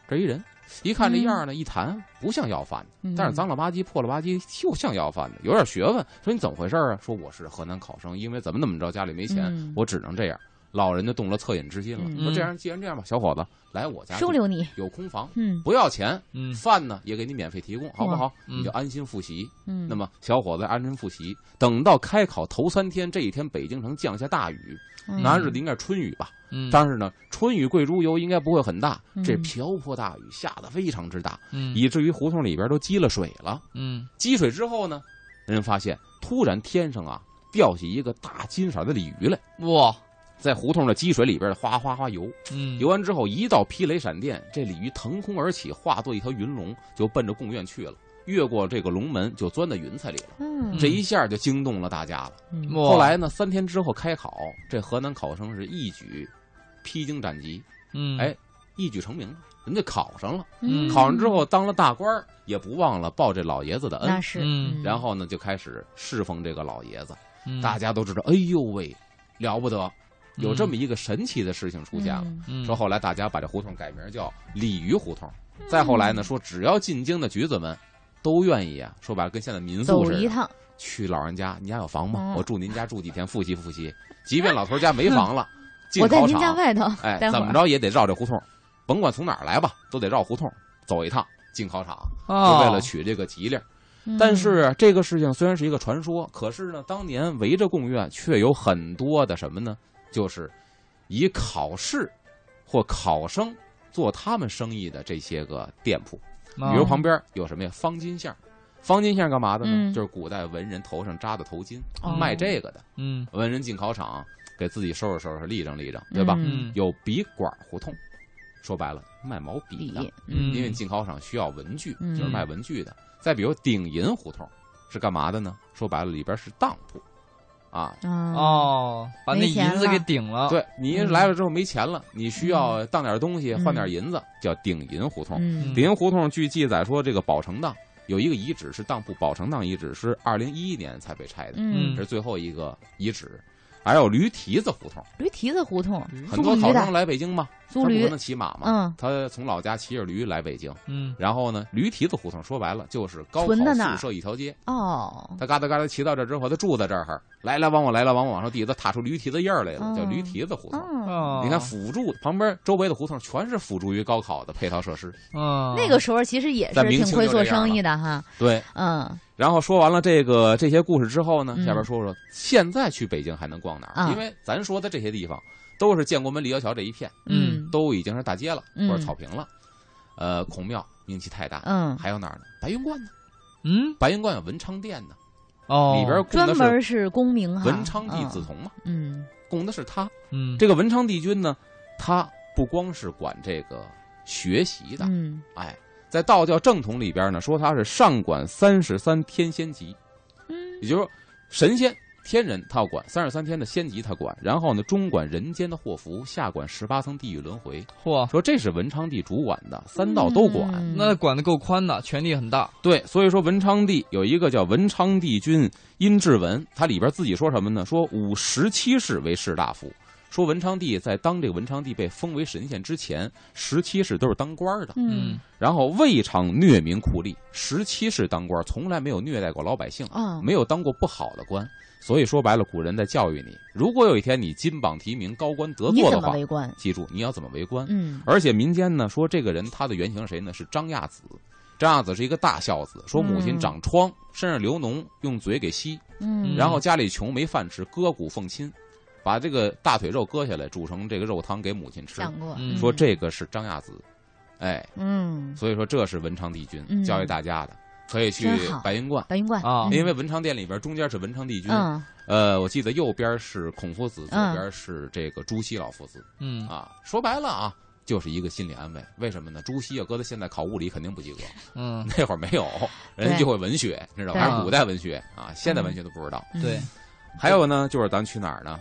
[SPEAKER 3] 这一人，一看这样儿呢，一弹不像要饭的，
[SPEAKER 1] 嗯
[SPEAKER 3] 但是脏了吧唧、破了吧唧，又像要饭的，有点学问。说你怎么回事儿啊？说我是河南考生，因为怎么怎么着，家里没钱
[SPEAKER 1] 嗯，
[SPEAKER 3] 我只能这样。老人就动了恻隐之心了。
[SPEAKER 1] 嗯
[SPEAKER 3] 说这样，既然这样吧，小伙子来我家住
[SPEAKER 1] 收留你，
[SPEAKER 3] 有空房，
[SPEAKER 1] 嗯
[SPEAKER 3] 不要钱，
[SPEAKER 2] 嗯
[SPEAKER 3] 饭呢也给你免费提供，好不好？
[SPEAKER 2] 嗯
[SPEAKER 3] 你就安心复习。
[SPEAKER 1] 嗯，
[SPEAKER 3] 那么小伙子安心复习，等到开考头三天，这一天北京城降下大雨，
[SPEAKER 1] 嗯
[SPEAKER 3] 拿日的应该是春雨吧？
[SPEAKER 2] 嗯，
[SPEAKER 3] 但是呢，春雨贵猪油应该不会很大
[SPEAKER 1] 嗯，
[SPEAKER 3] 这瓢泼大雨下得非常之大，
[SPEAKER 2] 嗯
[SPEAKER 3] 以至于胡同里边都积了水了。
[SPEAKER 2] 嗯
[SPEAKER 3] 积水之后呢，人发现突然天上啊掉下一个大金色的鲤鱼来，
[SPEAKER 2] 哇
[SPEAKER 3] 在胡同的积水里边哗哗哗游，
[SPEAKER 2] 嗯
[SPEAKER 3] 游完之后一道霹雷闪电，这鲤鱼腾空而起，化作一条云龙，就奔着贡院去了。越过这个龙门，就钻到云彩里了。
[SPEAKER 1] 嗯，
[SPEAKER 3] 这一下就惊动了大家了。
[SPEAKER 1] 嗯
[SPEAKER 2] 哇
[SPEAKER 3] 后来呢，三天之后开考，这河南考生是一举披荆斩棘，
[SPEAKER 2] 嗯
[SPEAKER 3] 哎一举成名了，人家考上了。
[SPEAKER 1] 嗯
[SPEAKER 3] 考上之后当了大官儿，也不忘了报这老爷子的
[SPEAKER 1] 那
[SPEAKER 3] 恩。
[SPEAKER 1] 是，
[SPEAKER 2] 嗯
[SPEAKER 3] 然后呢，就开始侍奉这个老爷子。
[SPEAKER 2] 嗯
[SPEAKER 3] 大家都知道，哎呦喂，了不得，有这么
[SPEAKER 2] 一
[SPEAKER 3] 一个神奇的事情出现了。
[SPEAKER 1] 嗯，
[SPEAKER 3] 说后来大家把这胡同改名叫鲤鱼胡同。
[SPEAKER 1] 嗯
[SPEAKER 3] 再后来呢，说只要进京的橘子们，都愿意啊，说白了跟现在民宿
[SPEAKER 1] 走
[SPEAKER 3] 似
[SPEAKER 1] 一
[SPEAKER 3] 的，
[SPEAKER 1] 趟，
[SPEAKER 3] 去老人家，你家有房吗
[SPEAKER 1] 嗯？
[SPEAKER 3] 我住您家住几天，复习复习。即便老头家没房了，进
[SPEAKER 1] 我在
[SPEAKER 3] 考
[SPEAKER 1] 您家
[SPEAKER 3] 场，
[SPEAKER 1] 外头，
[SPEAKER 3] 哎，
[SPEAKER 1] 待会
[SPEAKER 3] 怎
[SPEAKER 1] 儿
[SPEAKER 3] 么着也得绕这胡同，甭管从哪儿来吧，都得绕胡同走一趟。进考场，
[SPEAKER 2] 嗯
[SPEAKER 3] 就
[SPEAKER 1] 哦
[SPEAKER 3] 为了取这个吉利儿。
[SPEAKER 1] 嗯
[SPEAKER 3] 但是这个事情虽然是一个传说，可是呢，当年围着贡院却有很多的什么呢？就是以考试或考生做他们生意的这些个店铺，比
[SPEAKER 2] 嗯
[SPEAKER 3] 如
[SPEAKER 1] 哦
[SPEAKER 3] 旁边有什么呀？方巾线儿，方巾线儿干嘛的呢？
[SPEAKER 1] 嗯
[SPEAKER 3] 就是古代文人头上扎的头巾，
[SPEAKER 1] 哦
[SPEAKER 3] 卖这个的。
[SPEAKER 2] 嗯
[SPEAKER 3] 文人进考场，给自己收拾收拾，立正立正，对吧？
[SPEAKER 1] 嗯
[SPEAKER 3] 有笔管胡同，说白了卖毛笔的，
[SPEAKER 1] 笔，
[SPEAKER 2] 嗯
[SPEAKER 3] 因为进考场需要文具，
[SPEAKER 1] 嗯
[SPEAKER 3] 就是卖文具的。再比如鼎银胡同是干嘛的呢？说白了，里边是当铺，啊，
[SPEAKER 1] 啊，
[SPEAKER 2] 哦，把那
[SPEAKER 1] 没钱
[SPEAKER 2] 银子
[SPEAKER 1] 了
[SPEAKER 2] 给顶了，，
[SPEAKER 3] 对你
[SPEAKER 1] 嗯
[SPEAKER 3] 来了之后没钱了，你需要当点东西
[SPEAKER 1] 嗯
[SPEAKER 3] 换点银子，叫鼎银胡同。
[SPEAKER 1] 嗯，
[SPEAKER 3] 鼎银胡同据记载说，这个宝成档有一个遗址是当铺，宝成档遗址是二零一一年才被拆的，
[SPEAKER 1] 嗯
[SPEAKER 3] 这，是最后一个遗址。还有驴蹄子胡同，
[SPEAKER 1] 驴蹄子胡同，
[SPEAKER 3] 很多
[SPEAKER 1] 租
[SPEAKER 3] 考
[SPEAKER 1] 驴
[SPEAKER 3] 生
[SPEAKER 1] 的，
[SPEAKER 3] 来北京嘛，他
[SPEAKER 1] 租
[SPEAKER 3] 不
[SPEAKER 1] 驴
[SPEAKER 3] 可，能骑马嘛，
[SPEAKER 1] 嗯，
[SPEAKER 3] 他从老家骑着驴来北京。
[SPEAKER 2] 嗯
[SPEAKER 3] 然后呢，驴蹄子胡同说白了就是高考
[SPEAKER 1] 存在那儿
[SPEAKER 3] 宿舍一条街。
[SPEAKER 1] 哦，
[SPEAKER 3] 他嘎达嘎达骑到这之后，他住在这儿，来来往往，来来往往，往上地，他踏出驴蹄子印儿来了，
[SPEAKER 1] 嗯
[SPEAKER 3] 叫驴蹄子胡同。
[SPEAKER 1] 嗯，
[SPEAKER 2] 哦，
[SPEAKER 3] 你看辅助旁边周围的胡同全是辅助于高考的配套 设施。
[SPEAKER 2] 嗯
[SPEAKER 1] 那个时候其实也是
[SPEAKER 3] 啊在明清
[SPEAKER 1] 挺会
[SPEAKER 3] 就
[SPEAKER 1] 做
[SPEAKER 3] 这样
[SPEAKER 1] 生意的哈，
[SPEAKER 3] 对，
[SPEAKER 1] 嗯，
[SPEAKER 3] 然后说完了这个这些故事之后呢，
[SPEAKER 1] 嗯
[SPEAKER 3] 下边说说现在去北京还能逛哪
[SPEAKER 1] 啊
[SPEAKER 3] 儿？因为咱说的这些地方都是建国门、立交桥这一片，
[SPEAKER 1] 嗯
[SPEAKER 3] 都已经是大街了
[SPEAKER 1] 嗯
[SPEAKER 3] 或者草坪了。呃，孔庙名气太大，
[SPEAKER 1] 嗯，
[SPEAKER 3] 还有哪儿呢？白云观呢？
[SPEAKER 2] 嗯
[SPEAKER 3] 白云观有文昌殿呢，
[SPEAKER 2] 哦
[SPEAKER 3] 里边供
[SPEAKER 1] 专
[SPEAKER 3] 的是
[SPEAKER 1] 门是功名哈，
[SPEAKER 3] 文昌帝子
[SPEAKER 1] 嗯
[SPEAKER 3] 彤嘛，
[SPEAKER 1] 嗯，
[SPEAKER 3] 供的是他。
[SPEAKER 2] 嗯
[SPEAKER 3] 这个文昌帝君呢，他不光是管这个学习的，
[SPEAKER 1] 嗯，
[SPEAKER 3] 哎，在道教正统里边呢，说他是上管三十三天仙级，
[SPEAKER 1] 嗯
[SPEAKER 3] 也就是说神仙。天人他要管三十三天的仙级，他管，然后呢，中管人间的祸福，下管十八层地狱轮回。
[SPEAKER 2] 嚯，
[SPEAKER 3] 说这是文昌帝主管的，三道都管。
[SPEAKER 1] 嗯
[SPEAKER 2] 那管的够宽的，权力很大，
[SPEAKER 3] 对，所以说文昌帝有一个叫文昌帝君殷志文，他里边自己说什么呢？说五十七世为士大夫。说文昌帝在当这个文昌帝被封为神仙之前，十七世都是当官儿的，
[SPEAKER 1] 嗯
[SPEAKER 3] 然后未尝虐民酷吏，十七世当官儿从来没有虐待过老百姓，
[SPEAKER 1] 啊，
[SPEAKER 3] 没有当过不好的官。所以说白了，古人在教育你，如果有一天你金榜题名、高官得
[SPEAKER 1] 你
[SPEAKER 3] 做的
[SPEAKER 1] 怎么
[SPEAKER 3] 话，
[SPEAKER 1] 为官？
[SPEAKER 3] 记住你要怎么为官。
[SPEAKER 1] 嗯
[SPEAKER 3] 而且民间呢说这个人他的原型是谁呢？是张亚子。张亚子是一个大孝子，说母亲长疮，身上流脓，用嘴给吸，
[SPEAKER 1] 嗯，
[SPEAKER 3] 然后家里穷没饭吃，割骨奉亲，把这个大腿肉割下来煮成这个肉汤给母亲吃。
[SPEAKER 1] 想过
[SPEAKER 2] 嗯
[SPEAKER 3] 说，这个是张亚子，哎，
[SPEAKER 1] 嗯，
[SPEAKER 3] 所以说这是文昌帝君、
[SPEAKER 1] 嗯
[SPEAKER 3] 教育大家的，可以去
[SPEAKER 1] 真好
[SPEAKER 3] 白云观。
[SPEAKER 1] 白云观
[SPEAKER 2] 啊
[SPEAKER 1] 嗯
[SPEAKER 3] 因为文昌殿里边中间是文昌帝君，
[SPEAKER 1] 嗯
[SPEAKER 3] 呃，我记得右边是孔夫子，左
[SPEAKER 1] 嗯
[SPEAKER 3] 边是这个朱熹老夫子，
[SPEAKER 2] 嗯
[SPEAKER 3] 啊，说白了啊，就是一个心理安慰。为什么呢？朱熹啊，搁在现在考物理肯定不及格，
[SPEAKER 2] 嗯
[SPEAKER 3] 那会儿没有，人家就会文学，知道吧？
[SPEAKER 1] 对
[SPEAKER 3] 还是古代文学啊，现代文学都不知道。
[SPEAKER 1] 嗯
[SPEAKER 2] 对，
[SPEAKER 3] 还有呢，就是咱去哪儿呢？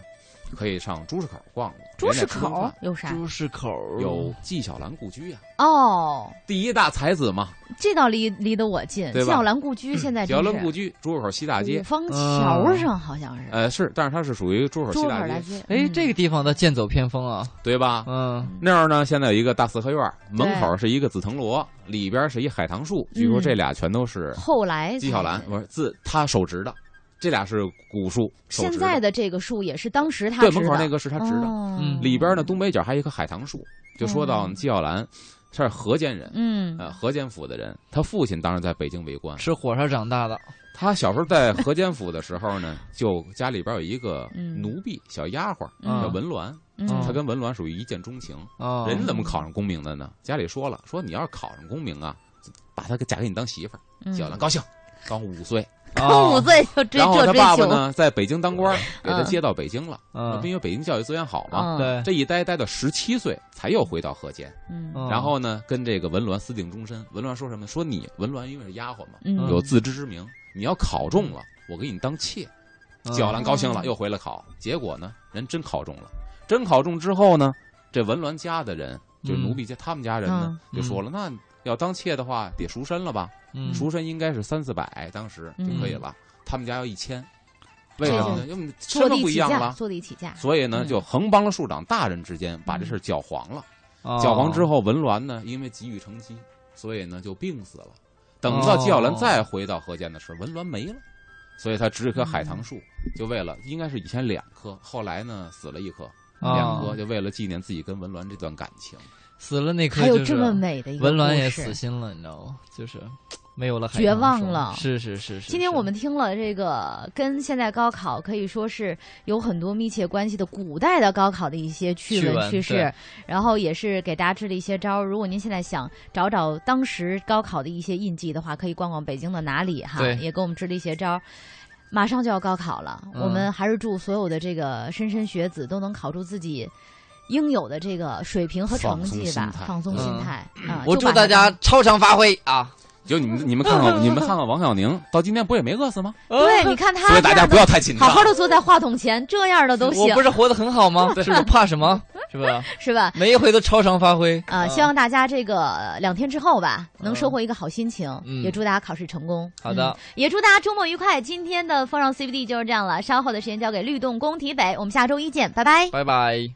[SPEAKER 3] 可以上朱市口逛逛，
[SPEAKER 1] 朱市
[SPEAKER 3] 人家吃顿
[SPEAKER 1] 口
[SPEAKER 3] 饭
[SPEAKER 1] 有啥？
[SPEAKER 2] 朱市口
[SPEAKER 3] 有纪晓岚故居呀、啊
[SPEAKER 1] 哦，
[SPEAKER 3] 第一大才子嘛，
[SPEAKER 1] 这倒离离得我近。
[SPEAKER 3] 对吧
[SPEAKER 1] 小兰故居现在
[SPEAKER 3] 纪
[SPEAKER 1] 真
[SPEAKER 3] 晓
[SPEAKER 1] 是
[SPEAKER 3] 岚故居，朱市口西大街
[SPEAKER 1] 五，芳桥上好像是，
[SPEAKER 3] 呃，是，但是它是属于朱市口
[SPEAKER 1] 朱
[SPEAKER 3] 西
[SPEAKER 1] 口
[SPEAKER 3] 大街，
[SPEAKER 1] 街。
[SPEAKER 2] 哎，
[SPEAKER 1] 嗯
[SPEAKER 2] 这个地方的剑走偏锋啊，
[SPEAKER 3] 对吧？
[SPEAKER 2] 嗯
[SPEAKER 3] 那儿呢，现在有一个大四合院，门口是一个紫藤萝，里边是一海棠树，据
[SPEAKER 1] 嗯
[SPEAKER 3] 说这俩全都是
[SPEAKER 1] 后来
[SPEAKER 3] 纪晓岚，
[SPEAKER 1] 才
[SPEAKER 3] 不是自他手植的，这俩是古树，手
[SPEAKER 1] 现
[SPEAKER 3] 植
[SPEAKER 1] 在
[SPEAKER 3] 的
[SPEAKER 1] 的这个树也是当时他
[SPEAKER 3] 对
[SPEAKER 1] 植
[SPEAKER 3] 门口
[SPEAKER 1] 的
[SPEAKER 3] 那个是他植的，
[SPEAKER 1] 哦
[SPEAKER 2] 嗯
[SPEAKER 3] 里边呢东北角还有一棵海棠树，就说到我们
[SPEAKER 1] 嗯
[SPEAKER 3] 纪晓岚，他是河间人，
[SPEAKER 1] 嗯
[SPEAKER 3] 呃，河间府的人，他父亲当时在北京为官，
[SPEAKER 2] 吃火烧长大的，
[SPEAKER 3] 他小时候在河间府的时候呢，就家里边有一个
[SPEAKER 1] 嗯
[SPEAKER 3] 奴婢小丫鬟
[SPEAKER 1] 嗯
[SPEAKER 3] 叫文鸾，
[SPEAKER 1] 嗯
[SPEAKER 3] 她跟文鸾属于一见钟情。
[SPEAKER 2] 哦，
[SPEAKER 3] 人怎么考上功名的呢？家里说了，说你要是考上功名啊，把她给嫁给你当媳妇儿。
[SPEAKER 1] 嗯
[SPEAKER 3] 小兰高兴，刚五岁，
[SPEAKER 1] 刚五
[SPEAKER 2] 哦，
[SPEAKER 1] 岁就追
[SPEAKER 3] 然后
[SPEAKER 1] 这
[SPEAKER 3] 他
[SPEAKER 1] 追
[SPEAKER 3] 爸爸
[SPEAKER 1] 求，
[SPEAKER 3] 呢在北京当官儿，给他
[SPEAKER 1] 嗯
[SPEAKER 3] 接到北京了。
[SPEAKER 2] 嗯，
[SPEAKER 3] 因为北京教育资源好嘛，
[SPEAKER 1] 嗯
[SPEAKER 2] 对，
[SPEAKER 3] 这一待待到十七岁才又回到河间。
[SPEAKER 1] 嗯
[SPEAKER 2] 嗯
[SPEAKER 3] 然后呢，跟这个文鸾私定终身。文鸾说什么？说你文鸾因为是丫鬟嘛，
[SPEAKER 1] 嗯
[SPEAKER 3] 有自知之明，你要考中了，我给你当妾。
[SPEAKER 2] 嗯
[SPEAKER 3] 纪晓岚高兴了，
[SPEAKER 1] 嗯
[SPEAKER 3] 又回来考。结果呢，人真考中了。真考中之后呢，这文鸾家的人，就
[SPEAKER 2] 嗯
[SPEAKER 3] 奴婢家他们家人呢，
[SPEAKER 2] 嗯
[SPEAKER 3] 就说了，那要当妾的话，得赎身了吧？
[SPEAKER 2] 嗯
[SPEAKER 3] 赎身应该是三四百，当时就可以了。他们家要一千，为什么呢？因为身
[SPEAKER 1] 嗯坐
[SPEAKER 3] 份
[SPEAKER 1] 地
[SPEAKER 3] 不一
[SPEAKER 1] 起
[SPEAKER 3] 样
[SPEAKER 1] 价，
[SPEAKER 3] 了。
[SPEAKER 1] 坐地起价，
[SPEAKER 3] 所以呢，
[SPEAKER 1] 嗯
[SPEAKER 3] 就横帮了庶长大人之间，把这事儿搅黄了。
[SPEAKER 2] 哦
[SPEAKER 3] 搅黄之后，文鸾呢，因为急于成妻，所以呢就病死了。等到
[SPEAKER 2] 哦
[SPEAKER 3] 纪晓岚再回到河间的时候，文鸾没了，所以他植一棵海棠树，就为了应该是以前两棵，后来呢死了一棵，
[SPEAKER 2] 哦
[SPEAKER 3] 两
[SPEAKER 1] 嗯
[SPEAKER 3] 棵就为了纪念自己跟文鸾这段感情。
[SPEAKER 2] 死了那颗
[SPEAKER 1] 还有
[SPEAKER 2] 就是
[SPEAKER 1] 这么美的一个
[SPEAKER 2] 文鸾
[SPEAKER 1] 故
[SPEAKER 2] 也
[SPEAKER 1] 事
[SPEAKER 2] 死心了，你知道吗？就是没有了海棠树，
[SPEAKER 1] 绝望了
[SPEAKER 2] 是是是是。
[SPEAKER 1] 今天
[SPEAKER 2] 是
[SPEAKER 1] 我们听了这个跟现在高考可以说是有很多密切关系的古代的高考的一些趣
[SPEAKER 2] 趣
[SPEAKER 1] 闻
[SPEAKER 2] 闻
[SPEAKER 1] 趣事
[SPEAKER 2] 对，
[SPEAKER 1] 然后也是给大家支了一些招儿。如果您现在想找找当时高考的一些印记的话，可以逛逛北京的哪里哈，
[SPEAKER 2] 对
[SPEAKER 1] 也给我们支了一些招儿。马上就要高考了，
[SPEAKER 2] 嗯
[SPEAKER 1] 我们还是祝所有的这个莘莘学子都能考出自己应有的这个水平和成绩吧，放
[SPEAKER 3] 放
[SPEAKER 1] 松
[SPEAKER 2] 松
[SPEAKER 1] 心
[SPEAKER 2] 心
[SPEAKER 1] 态
[SPEAKER 2] 态
[SPEAKER 1] 啊！
[SPEAKER 2] 我
[SPEAKER 1] 就
[SPEAKER 2] 祝
[SPEAKER 1] 把
[SPEAKER 2] 大
[SPEAKER 1] 它
[SPEAKER 2] 家超常发挥啊！
[SPEAKER 3] 就你们你们 看看你们看看王小宁，到今天不也没饿死吗？
[SPEAKER 1] 对，你看他
[SPEAKER 3] 所以大
[SPEAKER 1] 这
[SPEAKER 3] 家
[SPEAKER 1] 样
[SPEAKER 3] 不
[SPEAKER 1] 的
[SPEAKER 3] 要太紧
[SPEAKER 1] 好
[SPEAKER 3] 张。
[SPEAKER 1] 好的坐在话筒前，这样的都
[SPEAKER 2] 我
[SPEAKER 1] 行
[SPEAKER 2] 不，是活得很好吗？是不是怕什么？是 吧？
[SPEAKER 1] 是吧？
[SPEAKER 2] 每一回都超常发挥嗯
[SPEAKER 1] 啊、希望大家这个两天之后吧，能收获一个好心情，
[SPEAKER 2] 嗯
[SPEAKER 1] 也祝大家考试成功。
[SPEAKER 2] 好的
[SPEAKER 1] 嗯也祝大家周末愉快。今天的风尚 CBD 就是这样了，稍后的时间交给律动工体北，我们下周一见，拜拜。
[SPEAKER 2] 拜拜。